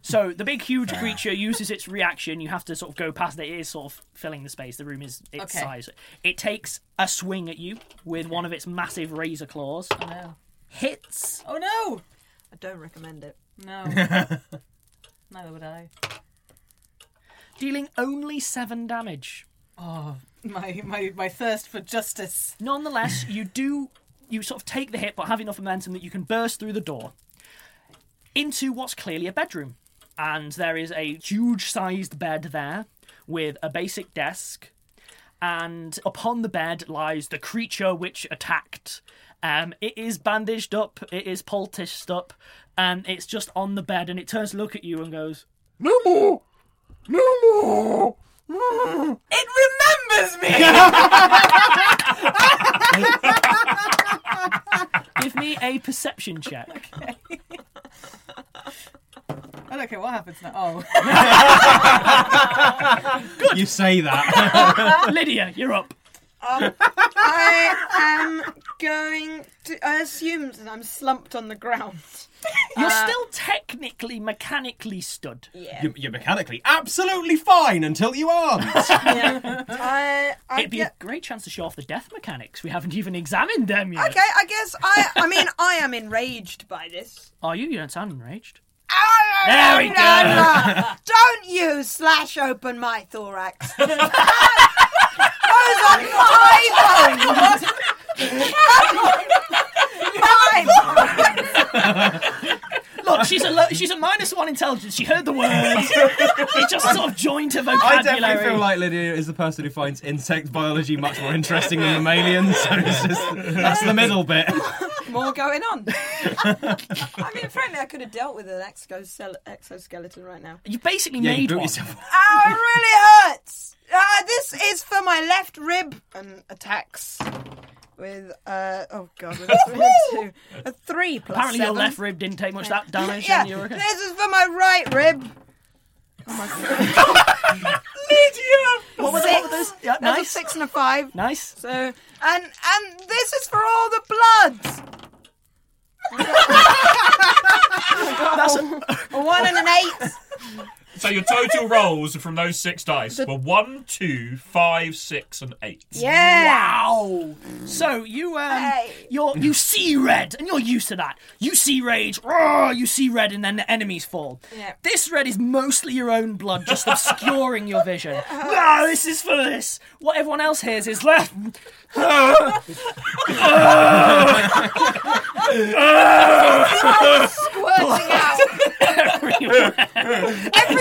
[SPEAKER 4] So the big huge creature uses its reaction. You have to sort of go past it. It is sort of filling the space. The room is its
[SPEAKER 8] Okay.
[SPEAKER 4] size. It takes a swing at you with one of its massive razor claws.
[SPEAKER 8] Oh no.
[SPEAKER 4] Hits.
[SPEAKER 8] Oh no!
[SPEAKER 6] I don't recommend it.
[SPEAKER 8] No. Neither would I.
[SPEAKER 4] Dealing only seven damage.
[SPEAKER 8] Oh, my, my, my thirst for justice.
[SPEAKER 4] Nonetheless, you do you sort of take the hit, but have enough momentum that you can burst through the door into what's clearly a bedroom, and there is a huge-sized bed there with a basic desk, and upon the bed lies the creature which attacked. Um, it is bandaged up, it is poulticed up, and it's just on the bed. And it turns to look at you and goes,
[SPEAKER 10] "No more, no more."
[SPEAKER 8] It remembers me.
[SPEAKER 4] Give me a perception check.
[SPEAKER 8] I don't care what happens now. Oh.
[SPEAKER 5] You say that.
[SPEAKER 4] Lydia, you're up.
[SPEAKER 9] Um, I am going to. I assume that I'm slumped on the ground. Uh,
[SPEAKER 4] You're still technically, mechanically stood.
[SPEAKER 9] Yeah.
[SPEAKER 5] You're, you're mechanically absolutely fine until you aren't.
[SPEAKER 9] I, I
[SPEAKER 4] It'd be a great chance to show off the death mechanics. We haven't even examined them yet.
[SPEAKER 9] Okay, I guess I. I mean, I am enraged by this.
[SPEAKER 4] Are you? You don't sound enraged.
[SPEAKER 9] Oh, There
[SPEAKER 4] we
[SPEAKER 9] Don't you slash open my thorax. Those are my bones.
[SPEAKER 4] Look, she's a lo- she's a minus one intelligence. She heard the words. it just sort of joined her
[SPEAKER 5] I
[SPEAKER 4] vocabulary.
[SPEAKER 5] definitely feel like Lydia is the person who finds insect biology much more interesting than mammalian, so it's just that's the middle bit.
[SPEAKER 9] More going on. I mean, frankly, I could have dealt with an exoskel- exoskeleton right now.
[SPEAKER 4] you basically
[SPEAKER 5] Yeah, you
[SPEAKER 4] made
[SPEAKER 5] built
[SPEAKER 4] one.
[SPEAKER 5] yourself
[SPEAKER 9] Ow, it really hurts. Uh, this is for my left rib and attacks with uh oh god, with a, two, a three plus
[SPEAKER 4] Apparently,
[SPEAKER 9] seven.
[SPEAKER 4] your left rib didn't take much that damage.
[SPEAKER 9] Yeah,
[SPEAKER 4] and you were...
[SPEAKER 9] this is for my right rib. Oh
[SPEAKER 4] Lydia, what were, the- what
[SPEAKER 9] Six.
[SPEAKER 4] were those? Yeah,
[SPEAKER 9] That's a
[SPEAKER 4] nice,
[SPEAKER 9] six and a five.
[SPEAKER 4] nice.
[SPEAKER 9] So and and this is for all the blood. a one and an eight.
[SPEAKER 7] So your total rolls from those six dice were one, two, five, six, and eight.
[SPEAKER 9] Yeah.
[SPEAKER 4] Wow. So you um,
[SPEAKER 9] Hey.
[SPEAKER 4] you're, you see red, and you're used to that. You see rage, roar, you see red, and then the enemies fall.
[SPEAKER 9] Yeah.
[SPEAKER 4] This red is mostly your own blood, just obscuring your vision.
[SPEAKER 9] Uh-huh.
[SPEAKER 10] Ah,
[SPEAKER 4] No, this is for this. What everyone else hears is left.
[SPEAKER 10] Ah.
[SPEAKER 9] Squirting out. Every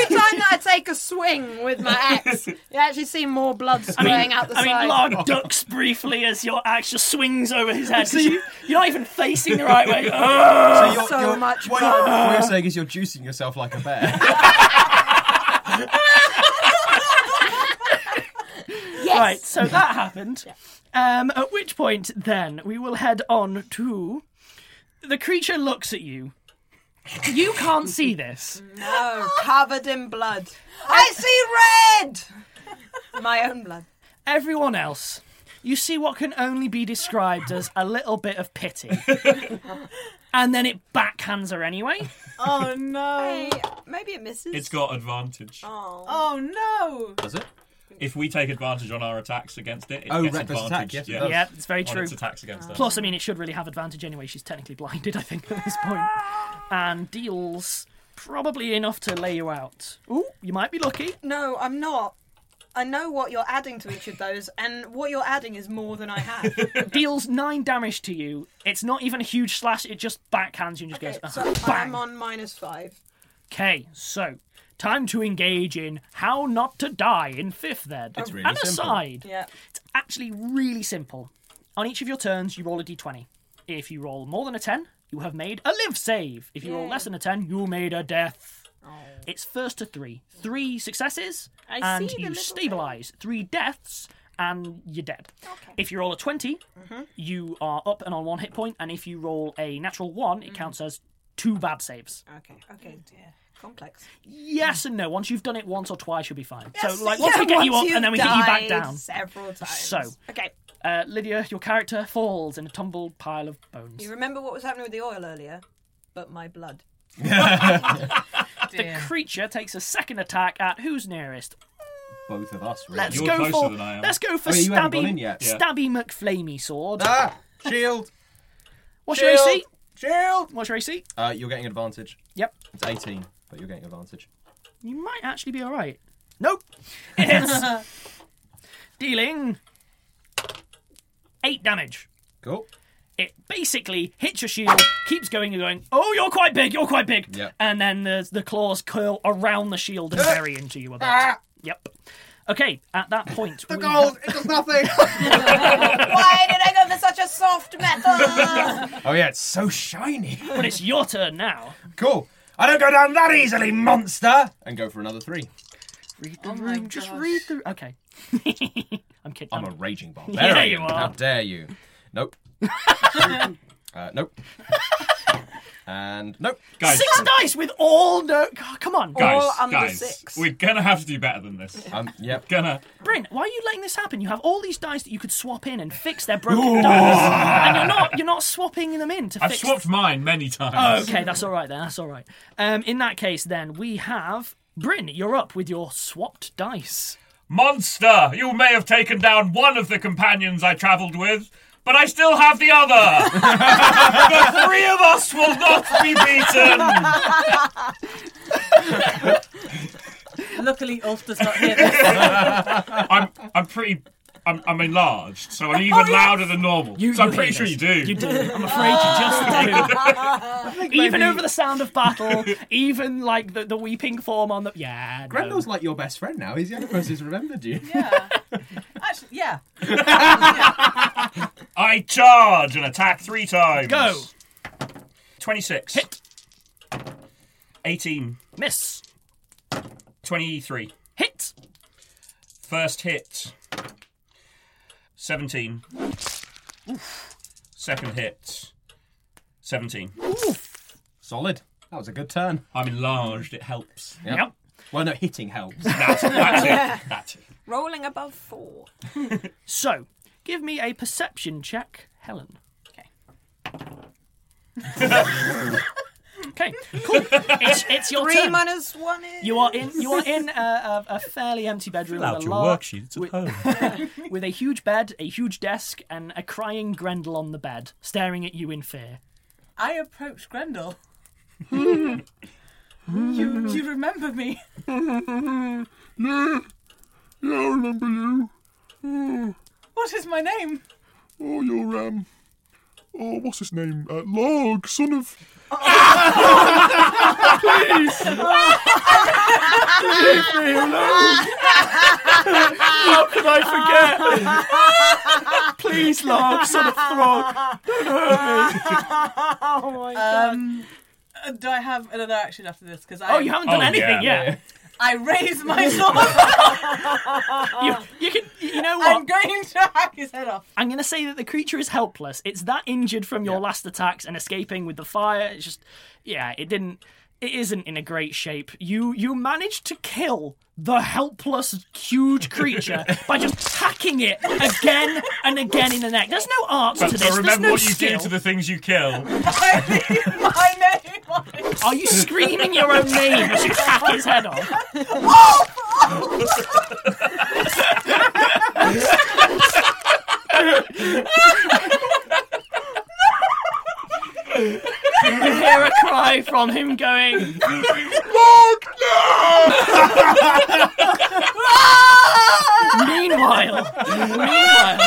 [SPEAKER 9] time that I take a swing with my axe, you actually see more blood spraying out the
[SPEAKER 4] I mean,
[SPEAKER 9] side.
[SPEAKER 4] Larg ducks briefly as your axe just swings over his head. 'cause you, you're not even facing the right way.
[SPEAKER 5] So, you're,
[SPEAKER 9] So
[SPEAKER 5] you're-
[SPEAKER 9] much
[SPEAKER 5] what, you're, what you're saying is you're juicing yourself like a bear.
[SPEAKER 4] Right, so that happened. Um, at which point, then, we will head on to. The creature looks at you. You can't see this.
[SPEAKER 9] No, covered in blood. I see red. My own blood.
[SPEAKER 4] Everyone else, you see what can only be described as a little bit of pity. and then it backhands her anyway.
[SPEAKER 8] Oh no.
[SPEAKER 9] Hey, maybe it misses.
[SPEAKER 7] It's got advantage.
[SPEAKER 8] Oh no.
[SPEAKER 5] Does it?
[SPEAKER 7] If we take advantage on our attacks against it, it
[SPEAKER 5] Oh,
[SPEAKER 7] gets
[SPEAKER 5] reckless attack,
[SPEAKER 7] advantage.
[SPEAKER 5] yes, it
[SPEAKER 4] Yeah, it's very
[SPEAKER 7] on
[SPEAKER 4] true.
[SPEAKER 7] its attacks against us.
[SPEAKER 4] Plus, I mean, it should really have advantage anyway. She's technically blinded, I think, at this point. And deals probably enough to lay you out. Ooh, you might be lucky.
[SPEAKER 9] No, I'm not. I know what you're adding to each of those, and what you're adding is more than I have.
[SPEAKER 4] deals nine damage to you. It's not even a huge slash. It just backhands you and just
[SPEAKER 9] Okay,
[SPEAKER 4] goes.
[SPEAKER 9] so
[SPEAKER 4] "Ah,
[SPEAKER 9] I'm
[SPEAKER 4] bang.
[SPEAKER 9] on minus five.
[SPEAKER 4] Okay, so time to engage in how not to die in fifth ed.
[SPEAKER 5] It's really
[SPEAKER 4] and
[SPEAKER 5] simple.
[SPEAKER 4] aside,
[SPEAKER 9] Oh. Yeah.
[SPEAKER 4] it's actually really simple. On each of your turns, you roll a d20. If you roll more than a 10, you have made a live save. If you roll less than a 10, you made a death.
[SPEAKER 9] Oh.
[SPEAKER 4] It's first to three. Three successes,
[SPEAKER 13] I
[SPEAKER 4] and
[SPEAKER 13] see the
[SPEAKER 4] you
[SPEAKER 13] little
[SPEAKER 4] stabilize. Three deaths, and you're dead. If you roll a 20,
[SPEAKER 9] Mm-hmm.
[SPEAKER 4] you are up and on one hit point, and if you roll a natural one,
[SPEAKER 9] Mm-hmm.
[SPEAKER 4] it counts as two bad saves.
[SPEAKER 9] Okay. Okay. dear. Complex.
[SPEAKER 4] Yes and no. Once you've done it once or twice, you'll be fine.
[SPEAKER 9] mm. Yes,
[SPEAKER 4] so, like, once
[SPEAKER 9] yeah,
[SPEAKER 4] we get you
[SPEAKER 9] once
[SPEAKER 4] up
[SPEAKER 9] you've
[SPEAKER 4] and then we get you back
[SPEAKER 9] died
[SPEAKER 4] down.
[SPEAKER 9] Several times.
[SPEAKER 4] So,
[SPEAKER 9] Okay.
[SPEAKER 4] uh, Lydia, your character falls in a tumbled pile of bones.
[SPEAKER 9] You remember what was happening with the oil earlier? But my blood.
[SPEAKER 4] The creature takes a second attack at who's nearest.
[SPEAKER 5] Both of us, really.
[SPEAKER 4] Let's
[SPEAKER 7] You're
[SPEAKER 4] go
[SPEAKER 7] closer
[SPEAKER 4] for
[SPEAKER 7] than I am.
[SPEAKER 4] let's go for
[SPEAKER 5] Oh, yeah, you haven't gone in
[SPEAKER 4] stabby
[SPEAKER 5] yet.
[SPEAKER 7] Yeah.
[SPEAKER 4] stabby McFlamey sword.
[SPEAKER 5] ah, shield,
[SPEAKER 4] What's your
[SPEAKER 5] shield,
[SPEAKER 4] AC?
[SPEAKER 5] shield.
[SPEAKER 4] What's your AC?
[SPEAKER 5] Uh, you're getting advantage.
[SPEAKER 4] Yep,
[SPEAKER 5] It's 18, but you're getting advantage.
[SPEAKER 4] you might actually be all right. Nope, it hits. Dealing eight damage.
[SPEAKER 5] Cool.
[SPEAKER 4] It basically hits your shield, keeps going and going. Oh, you're quite big. You're quite big.
[SPEAKER 5] Yeah.
[SPEAKER 4] And then the the claws curl around the shield and bury into you a bit. Yep. Okay, at that point,
[SPEAKER 9] Ah. The
[SPEAKER 4] we
[SPEAKER 9] gold,
[SPEAKER 4] have-
[SPEAKER 9] it does nothing. Why did I go for such a soft metal?
[SPEAKER 5] Oh yeah, it's so shiny.
[SPEAKER 4] But it's your turn now.
[SPEAKER 5] Cool. I don't go down that easily, monster. And go for another three.
[SPEAKER 4] Read the room. Just read the. Oh Okay. I'm kidding.
[SPEAKER 5] I'm a raging barbarian.
[SPEAKER 4] Yeah, you
[SPEAKER 5] How
[SPEAKER 4] are.
[SPEAKER 5] dare you? Nope. uh, nope. And nope.
[SPEAKER 4] Six dice with all no. God, come on.
[SPEAKER 7] Guys, guys, we're gonna have to do better than this.
[SPEAKER 5] Um, yep.
[SPEAKER 7] Gonna.
[SPEAKER 4] Brent, why are you letting this happen? You have all these dice that you could swap in and fix their broken dice, and you're not you're not swapping them in to
[SPEAKER 7] I've
[SPEAKER 4] fix.
[SPEAKER 7] swapped mine many
[SPEAKER 4] Oh,
[SPEAKER 7] times.
[SPEAKER 4] okay, that's all right then. That's all right. Um, in that case, then we have Bryn. You're up with your swapped dice.
[SPEAKER 7] Monster, you may have taken down one of the companions I travelled with, but I still have the other. the three of us will not be beaten.
[SPEAKER 8] Luckily, Ulf does not hear this.
[SPEAKER 7] I'm, I'm pretty. I'm, I'm enlarged, so I'm even louder than normal. so I'm
[SPEAKER 4] you
[SPEAKER 7] pretty
[SPEAKER 4] hear
[SPEAKER 7] sure you do.
[SPEAKER 4] You do. I'm afraid you just do. even
[SPEAKER 5] maybe-
[SPEAKER 4] over the sound of battle, even like the, the weeping form on the yeah. no.
[SPEAKER 5] Grendel's like your best friend now. He's the only person who's remembered you.
[SPEAKER 8] Actually, yeah.
[SPEAKER 7] I charge and attack three times.
[SPEAKER 4] Go.
[SPEAKER 7] 26. Hit. 18.
[SPEAKER 4] Miss.
[SPEAKER 7] 23.
[SPEAKER 4] Hit.
[SPEAKER 7] First hit. 17. Second hit. 17.
[SPEAKER 5] Solid. That was a good turn.
[SPEAKER 7] I'm enlarged, it helps.
[SPEAKER 4] Yep.
[SPEAKER 5] Well, no, hitting helps.
[SPEAKER 7] That's, that's it. That's it.
[SPEAKER 13] Rolling above four.
[SPEAKER 4] So, give me a perception check, Helen. Okay. okay. Cool. It's, it's your
[SPEAKER 6] Three
[SPEAKER 4] turn.
[SPEAKER 6] minus one is.
[SPEAKER 4] you are in. You are in a, a, a fairly empty bedroom.
[SPEAKER 7] Fill out
[SPEAKER 4] with a
[SPEAKER 7] your
[SPEAKER 4] large,
[SPEAKER 7] worksheets at
[SPEAKER 4] with,
[SPEAKER 7] home.
[SPEAKER 4] with a huge bed, a huge desk, and a crying Grendel on the bed, staring at you in fear.
[SPEAKER 8] I approached Grendel.
[SPEAKER 10] Oh.
[SPEAKER 8] you, you remember me?
[SPEAKER 10] Yeah, yeah, I remember you. Oh,
[SPEAKER 8] What is my name?
[SPEAKER 10] oh you're, um, oh, what's his name? Uh, Log, son of. Please! Leave me alone!
[SPEAKER 4] How could I forget? Please, Lark, son of Throg,
[SPEAKER 8] don't
[SPEAKER 4] hurt me.
[SPEAKER 8] oh my god. Um, uh, do I have another action after this? Because I
[SPEAKER 4] Oh, you haven't done anything yet.
[SPEAKER 8] I raise my sword.
[SPEAKER 4] You, you can. You know what?
[SPEAKER 8] Ah. I'm going to hack his head off.
[SPEAKER 4] I'm going to say that the creature is helpless. It's that injured from your last attacks and escaping with the fire. It's just, yeah, it didn't. It isn't in a great shape. You you managed to kill the helpless huge creature by just hacking it again and again in the neck. There's no art
[SPEAKER 7] But
[SPEAKER 4] to
[SPEAKER 7] so
[SPEAKER 4] this. There's
[SPEAKER 7] remember
[SPEAKER 4] no
[SPEAKER 7] what you
[SPEAKER 4] skill.
[SPEAKER 7] do to the things you kill.
[SPEAKER 8] my name.
[SPEAKER 4] Are you screaming your own name as you hack his head off? you hear a cry from him going, Meanwhile, meanwhile,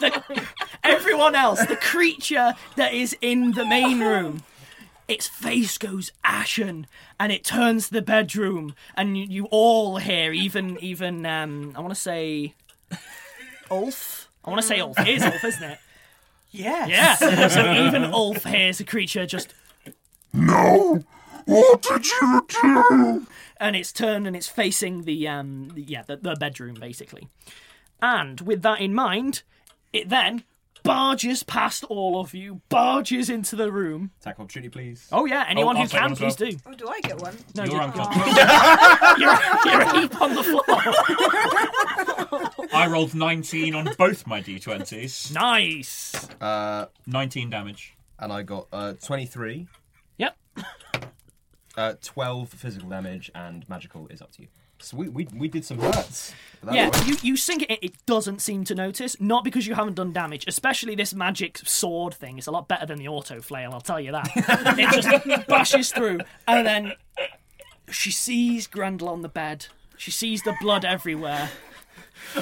[SPEAKER 4] the- everyone else, the creature that is in the main room, its face goes ashen, and it turns to the bedroom, and you, you all hear, even even um, I want to say, Ulf. I want to say Ulf. It is Ulf, isn't it?
[SPEAKER 8] Yes.
[SPEAKER 4] Yeah. So even Ulf hears the creature just
[SPEAKER 10] No! What did you do?
[SPEAKER 4] and it's turned and it's facing the um the- yeah the, the bedroom basically and with that in mind it then barges past all of you barges into the room
[SPEAKER 5] Attack of opportunity, please.
[SPEAKER 4] oh yeah anyone
[SPEAKER 5] I'll
[SPEAKER 4] who
[SPEAKER 5] take
[SPEAKER 4] can
[SPEAKER 5] one as well.
[SPEAKER 4] please do
[SPEAKER 6] Oh, do I get one?
[SPEAKER 4] no
[SPEAKER 7] You're
[SPEAKER 4] you-
[SPEAKER 7] unconscious.
[SPEAKER 4] you're, you're a heap on the floor
[SPEAKER 7] I rolled 19 on both my d20s.
[SPEAKER 4] nice
[SPEAKER 5] Uh,
[SPEAKER 7] 19 damage.
[SPEAKER 5] and I got uh, 23,
[SPEAKER 4] yep
[SPEAKER 5] uh, 12 physical damage, and magical is up to you. So we, we, we did some hurts. That
[SPEAKER 4] yeah,
[SPEAKER 5] worked.
[SPEAKER 4] you, you sink it, in, it doesn't seem to notice. Not because you haven't done damage, especially this magic sword thing. It's a lot better than the auto flail, I'll tell you that. it just bashes through, and then she sees Grendel on the bed. She sees the blood everywhere.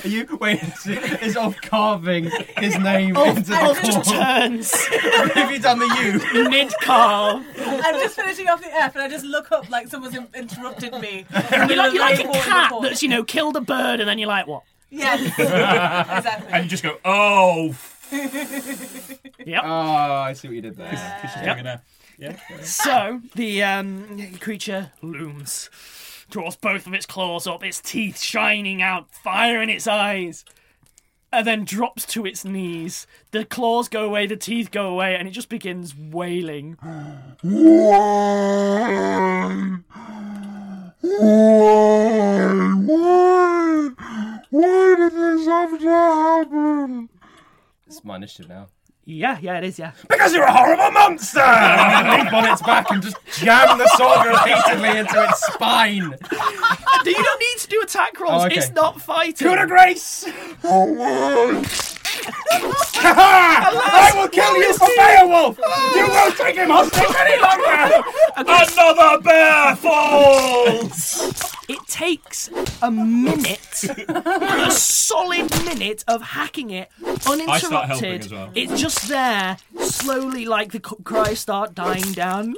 [SPEAKER 5] Are you wait? Is, is off carving his name
[SPEAKER 8] Ulf-
[SPEAKER 5] into
[SPEAKER 8] Ulf
[SPEAKER 5] the
[SPEAKER 8] just
[SPEAKER 5] form?
[SPEAKER 8] turns.
[SPEAKER 5] Have you done the
[SPEAKER 4] U? Mid carve.
[SPEAKER 8] I'm just finishing off the F, and I just look up like someone's in- interrupted me.
[SPEAKER 4] You're like, you're like
[SPEAKER 8] Report,
[SPEAKER 4] a cat
[SPEAKER 8] report.
[SPEAKER 4] that's, you know, killed a bird and then you're like, what?
[SPEAKER 8] Yeah. exactly.
[SPEAKER 7] And you just go, "Uh." oh.
[SPEAKER 4] Yep.
[SPEAKER 5] Oh, I see what you did there.
[SPEAKER 4] Yep. So the um, creature looms, draws both of its claws up, its teeth shining out, fire in its eyes, and then drops to its knees. The claws go away, the teeth go away, and it just begins wailing.
[SPEAKER 6] Why? Why? Why? Why did this have to happen?
[SPEAKER 5] It's my initiative now.
[SPEAKER 4] Yeah, yeah, it is, yeah.
[SPEAKER 5] Because you're a horrible monster! I'm gonna leap on its back and just jam the sword repeatedly into its spine.
[SPEAKER 4] Ah, Do you don't need to do attack rolls?
[SPEAKER 5] Oh, okay.
[SPEAKER 4] It's not fighting.
[SPEAKER 5] Coup de grace!
[SPEAKER 6] I
[SPEAKER 5] will kill you for Beowulf!
[SPEAKER 6] You will take him hostage any longer!
[SPEAKER 7] Another bear falls!
[SPEAKER 4] It takes a minute, a solid minute of hacking it uninterrupted.
[SPEAKER 7] I start helping as well.
[SPEAKER 4] It's just there, slowly, like the c- cries start dying down.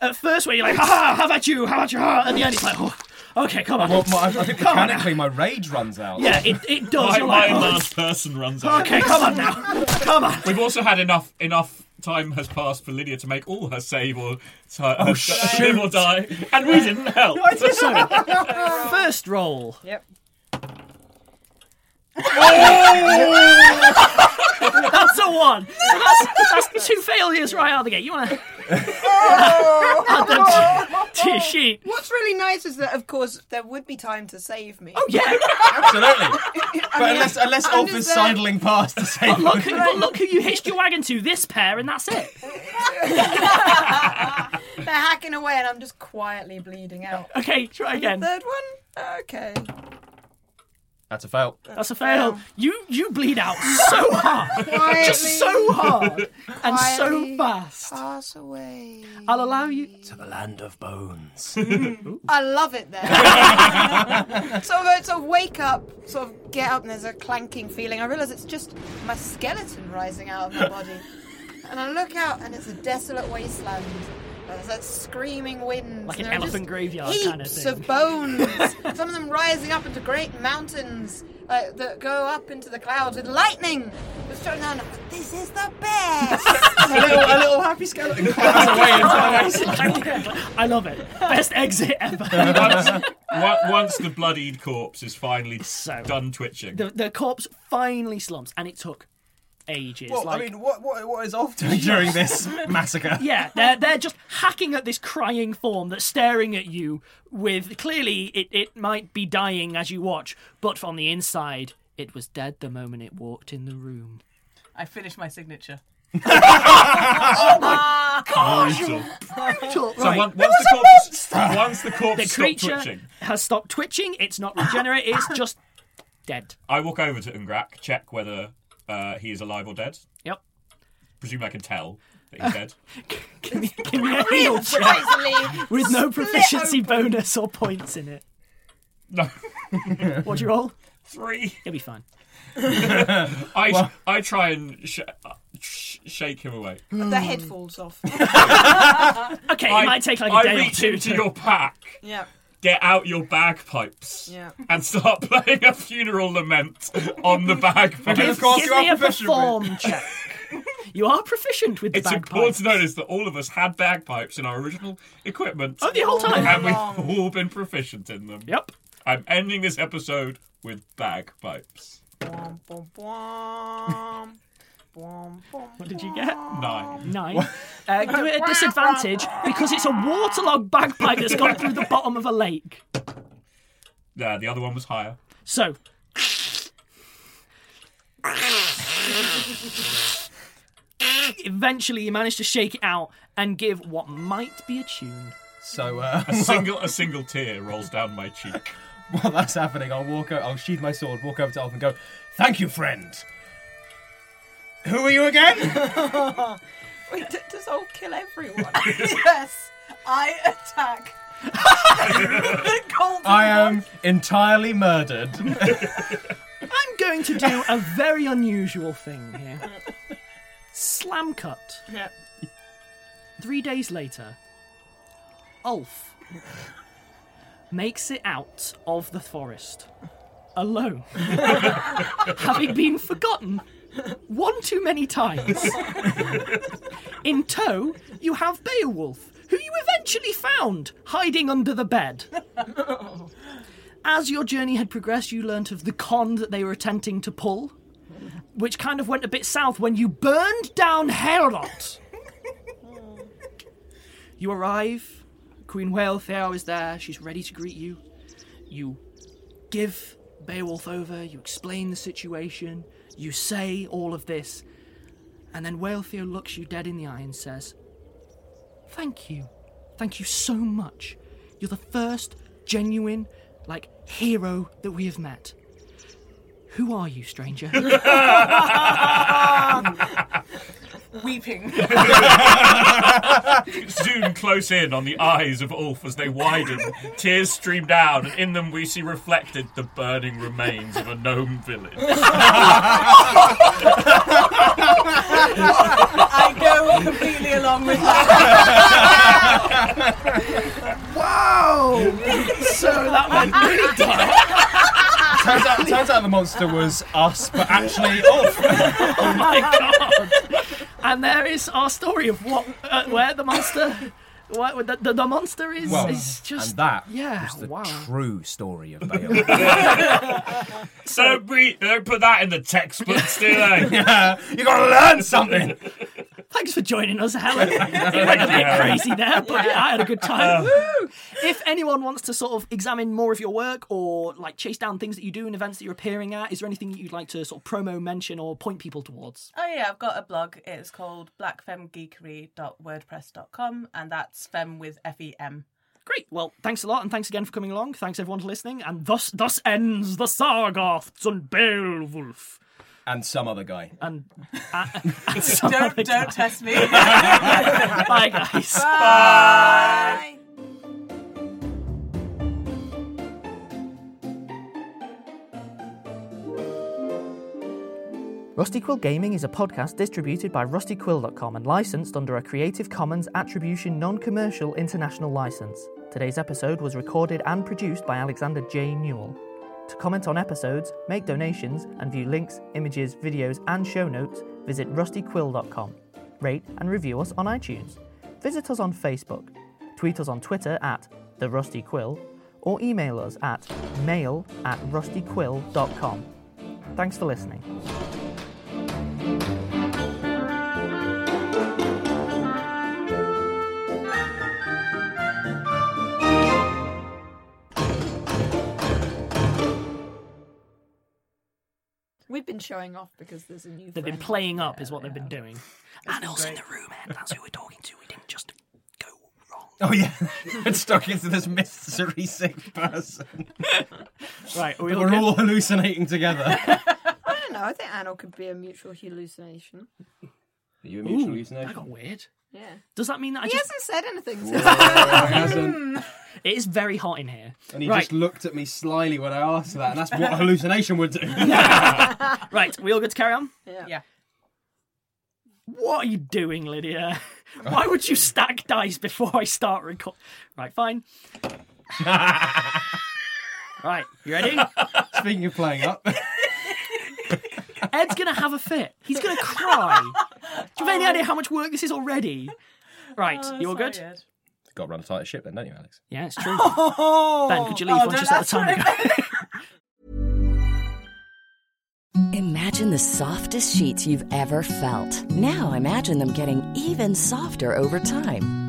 [SPEAKER 4] At first, where you're like, ha ha, how about you, how about you, ha, at the end, it's like, oh, okay, come on.
[SPEAKER 5] Well, my, I think
[SPEAKER 4] come on.
[SPEAKER 5] mechanically my rage runs out.
[SPEAKER 4] Yeah, it, it does.
[SPEAKER 7] My,
[SPEAKER 4] you're like,
[SPEAKER 7] my
[SPEAKER 4] "Oh."
[SPEAKER 7] last person runs out.
[SPEAKER 4] Okay, come on now. Come on.
[SPEAKER 7] We've also had enough enough time has passed for Lydia to make all her save or her,
[SPEAKER 4] Oh,
[SPEAKER 7] her live or die, and we didn't help.
[SPEAKER 4] So, first roll.
[SPEAKER 8] Yep.
[SPEAKER 4] that's a one. So that's, that's two failures right out of the gate. You want to add them to, to your sheet?
[SPEAKER 9] Oh. What's really nice is that, of course, there would be time to save me.
[SPEAKER 4] Oh yeah,
[SPEAKER 5] Absolutely. But unless unless
[SPEAKER 9] I'm
[SPEAKER 5] Ulf
[SPEAKER 9] just uh,
[SPEAKER 5] is
[SPEAKER 9] there.
[SPEAKER 5] sidling past to say
[SPEAKER 4] But look, who, but look who you hitched your wagon to. This pair, and that's it.
[SPEAKER 9] They're hacking away, and I'm just quietly bleeding out.
[SPEAKER 4] Okay, try again.
[SPEAKER 9] Third one. Okay.
[SPEAKER 5] That's a fail.
[SPEAKER 4] That's a fail. You you bleed out so hard, just so hard, and so
[SPEAKER 9] Quietly.
[SPEAKER 4] fast.
[SPEAKER 9] Pass away.
[SPEAKER 4] I'll allow you.
[SPEAKER 14] To the land of bones.
[SPEAKER 9] I love it there. so it's a wake up, sort of get up, and there's a clanking feeling. I realise it's just my skeleton rising out of my body. And I look out, and it's a desolate wasteland. There's that screaming wind.
[SPEAKER 4] Like
[SPEAKER 9] and
[SPEAKER 4] an
[SPEAKER 9] there are just
[SPEAKER 4] elephant graveyard
[SPEAKER 9] heaps
[SPEAKER 4] kind of thing.
[SPEAKER 9] of bones. Some of them rising up into great mountains uh, that go up into the clouds with lightning. It's showing down. This is the best.
[SPEAKER 5] a, little, a little happy skeleton climbs away into the wasteland.
[SPEAKER 4] I love it. Best exit ever.
[SPEAKER 7] once, on- once the bloodied corpse is finally
[SPEAKER 4] So-
[SPEAKER 7] done twitching,
[SPEAKER 4] the, the corpse finally slumps, and it took ages.
[SPEAKER 5] Well,
[SPEAKER 4] like,
[SPEAKER 5] I mean, what, what, what is Ulf doing during this massacre?
[SPEAKER 4] yeah, they're they're just hacking at this crying form that's staring at you with clearly it, it might be dying as you watch, but from the inside it was dead the moment it walked in the room.
[SPEAKER 8] I finished my signature.
[SPEAKER 7] brutal.
[SPEAKER 4] Brutal,
[SPEAKER 7] So
[SPEAKER 4] right.
[SPEAKER 7] on- once, the corpse, once the corpse
[SPEAKER 4] the
[SPEAKER 7] stopped
[SPEAKER 4] creature
[SPEAKER 7] twitching,
[SPEAKER 4] has stopped twitching, it's not regenerated, it's just dead.
[SPEAKER 7] I walk over to Ungrak, check whether uh, he is alive or dead.
[SPEAKER 4] Yep.
[SPEAKER 7] Presume I can tell that he's dead.
[SPEAKER 4] Can you, can you heal check with no proficiency bonus or points in it?
[SPEAKER 7] No,
[SPEAKER 4] What'd you roll?
[SPEAKER 7] three.
[SPEAKER 4] You'll be fine.
[SPEAKER 7] I I try and sh- uh, sh- shake him away.
[SPEAKER 9] the head falls off.
[SPEAKER 4] Hmm. Okay,
[SPEAKER 7] Hmm. I
[SPEAKER 4] it might take like a
[SPEAKER 7] I
[SPEAKER 4] day or
[SPEAKER 7] reach
[SPEAKER 4] two
[SPEAKER 7] into
[SPEAKER 4] to-
[SPEAKER 7] your pack.
[SPEAKER 9] yeah.
[SPEAKER 7] Get out your bagpipes
[SPEAKER 9] Yeah.
[SPEAKER 7] and start playing a funeral lament on the bagpipes.
[SPEAKER 5] of course
[SPEAKER 4] Give
[SPEAKER 5] you are
[SPEAKER 4] me a
[SPEAKER 5] proficient with-
[SPEAKER 4] perform check. You are proficient with the
[SPEAKER 7] It's
[SPEAKER 4] bagpipes.
[SPEAKER 7] important to notice that all of us had bagpipes in our original equipment.
[SPEAKER 4] Oh, the whole time.
[SPEAKER 7] And we've all been proficient in them.
[SPEAKER 4] Yep.
[SPEAKER 7] I'm ending this episode with bagpipes.
[SPEAKER 9] Bwom, bwom, bwom. Bwom, bwom,
[SPEAKER 4] What did you get?
[SPEAKER 7] Nine.
[SPEAKER 4] Nine. Uh, give it a disadvantage because it's a waterlogged bagpipe that's gone through the bottom of a lake.
[SPEAKER 7] Nah, the other one was higher.
[SPEAKER 4] So, eventually you manage to shake it out and give what might be a tune.
[SPEAKER 5] So, uh,
[SPEAKER 7] A single a single tear rolls down my cheek.
[SPEAKER 5] while that's happening, I'll walk. o- I'll sheathe my sword, walk over to Ulf, and go, "Thank you, friend." Who are you again?
[SPEAKER 8] Wait, d- does Old kill everyone?
[SPEAKER 9] yes, I attack
[SPEAKER 5] I am entirely murdered.
[SPEAKER 4] I'm going to do a very unusual thing here. Slam cut.
[SPEAKER 8] Yeah.
[SPEAKER 4] Three days later, Ulf makes it out of the forest alone, having been forgotten one too many times. In tow, you have Beowulf, who you eventually found hiding under the bed. As your journey had progressed, you learnt of the con that they were attempting to pull, which kind of went a bit south when you burned down Herodot. you arrive, Queen Whale Theo is there, she's ready to greet you. You give Beowulf over, you explain the situation, you say all of this, and then Whalefear looks you dead in the eye and says, Thank you. Thank you so much. You're the first genuine, like, hero that we have met. Who are you, stranger?
[SPEAKER 8] Ah. Weeping.
[SPEAKER 7] Zoom close in on the eyes of Ulf as they widen. Tears stream down, and in them we see reflected the burning remains of a gnome village.
[SPEAKER 8] I go completely along with that.
[SPEAKER 4] wow!
[SPEAKER 5] Oh!
[SPEAKER 4] so that went really
[SPEAKER 5] turns, out, turns out the monster was us, but actually off.
[SPEAKER 4] oh my god! And there is our story of what, uh, where the monster, where the, the, the monster is.
[SPEAKER 15] Well,
[SPEAKER 4] is just
[SPEAKER 15] and that
[SPEAKER 4] yeah,
[SPEAKER 15] was the
[SPEAKER 4] wow.
[SPEAKER 15] true story of Beowulf.
[SPEAKER 7] don't, re- don't put that in the textbook, Steele.
[SPEAKER 5] yeah, you gotta learn something.
[SPEAKER 4] Thanks for joining us, Helen. it went a bit crazy there, but yeah, I had a good
[SPEAKER 15] Uh.
[SPEAKER 4] time. Woo! If anyone wants to sort of examine more of your work or like chase down things that you do and events that you're appearing at, is there anything that you'd like to sort of promo, mention, or point people towards?
[SPEAKER 8] Oh yeah, I've got a blog. It's called blackfemgeekery.wordpress.com and that's fem with F E M.
[SPEAKER 4] Great. Well, thanks a lot, and thanks again for coming along. Thanks everyone for listening, and thus thus ends the Sargoths and Beowulf.
[SPEAKER 5] And some other guy.
[SPEAKER 4] And,
[SPEAKER 8] Don't don't test me.
[SPEAKER 4] Bye guys.
[SPEAKER 8] Bye.
[SPEAKER 16] Rusty Quill Gaming is a podcast distributed by rustyquill.com and licensed under a Creative Commons Attribution Non Commercial International License. Today's episode was recorded and produced by Alexander J. Newell. To comment on episodes, make donations, and view links, images, videos, and show notes, visit rustyquill.com. Rate and review us on iTunes. Visit us on Facebook. Tweet us on Twitter at The Rusty Quill or email us at mail at rustyquill.com. Thanks for listening.
[SPEAKER 13] We've been showing off because there's a new.
[SPEAKER 4] They've been
[SPEAKER 13] friend.
[SPEAKER 4] playing up, is what they've been doing.
[SPEAKER 13] Anil's in the
[SPEAKER 4] room, and that's who we're talking to. We didn't just
[SPEAKER 5] Oh yeah, it's stuck into this mystery sick person.
[SPEAKER 4] Right,
[SPEAKER 5] we are all hallucinating together.
[SPEAKER 13] I don't know. I think anal could be a mutual hallucination.
[SPEAKER 5] you
[SPEAKER 4] a mutual Ooh, hallucination? I got weird.
[SPEAKER 13] Yeah.
[SPEAKER 4] Does that mean that I
[SPEAKER 13] he
[SPEAKER 4] just...
[SPEAKER 13] hasn't said anything?
[SPEAKER 5] Whoa,
[SPEAKER 13] Since
[SPEAKER 5] he hasn't.
[SPEAKER 4] It is very hot in here.
[SPEAKER 5] And he
[SPEAKER 4] right.
[SPEAKER 5] just looked at me slyly when I asked that, and that's what hallucination would do.
[SPEAKER 4] right, we all good to carry on?
[SPEAKER 13] Yeah.
[SPEAKER 4] What are you doing, Lydia? Why would you stack dice before I start record? Right, fine. right, you ready?
[SPEAKER 5] Speaking of playing up,
[SPEAKER 4] Ed's gonna have a fit. He's gonna cry. Do you have any idea how much work this is already? Right,
[SPEAKER 8] Oh,
[SPEAKER 4] you all good?
[SPEAKER 8] that's not
[SPEAKER 5] got to run a tighter ship, then, don't you, Alex?
[SPEAKER 4] Yeah, it's true.
[SPEAKER 8] Ben,
[SPEAKER 4] could you leave
[SPEAKER 8] Oh,
[SPEAKER 4] one
[SPEAKER 8] no,
[SPEAKER 4] just at
[SPEAKER 8] that's
[SPEAKER 4] a time?
[SPEAKER 8] what I meant.
[SPEAKER 17] Imagine the softest sheets you've ever felt. Now imagine them getting even softer over time.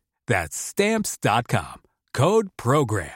[SPEAKER 18] That's stamps.com. Code program.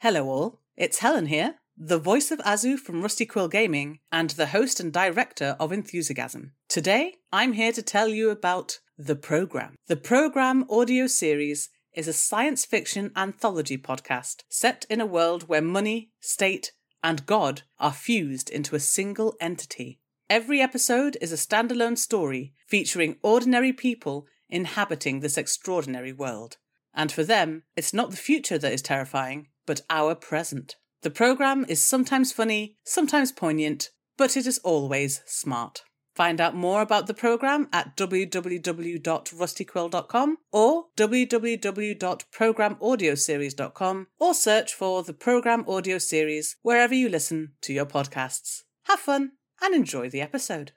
[SPEAKER 8] Hello, all. It's Helen here, the voice of Azu from Rusty Quill Gaming and the host and director of Enthusiasm. Today, I'm here to tell you about The Program. The Program audio series is a science fiction anthology podcast set in a world where money, state, and God are fused into a single entity. Every episode is a standalone story featuring ordinary people inhabiting this extraordinary world. And for them, it's not the future that is terrifying, but our present. The programme is sometimes funny, sometimes poignant, but it is always smart. Find out more about the programme at www.rustyquill.com or www.programaudioseries.com or search for the Programme Audio Series wherever you listen to your podcasts. Have fun and enjoy the episode.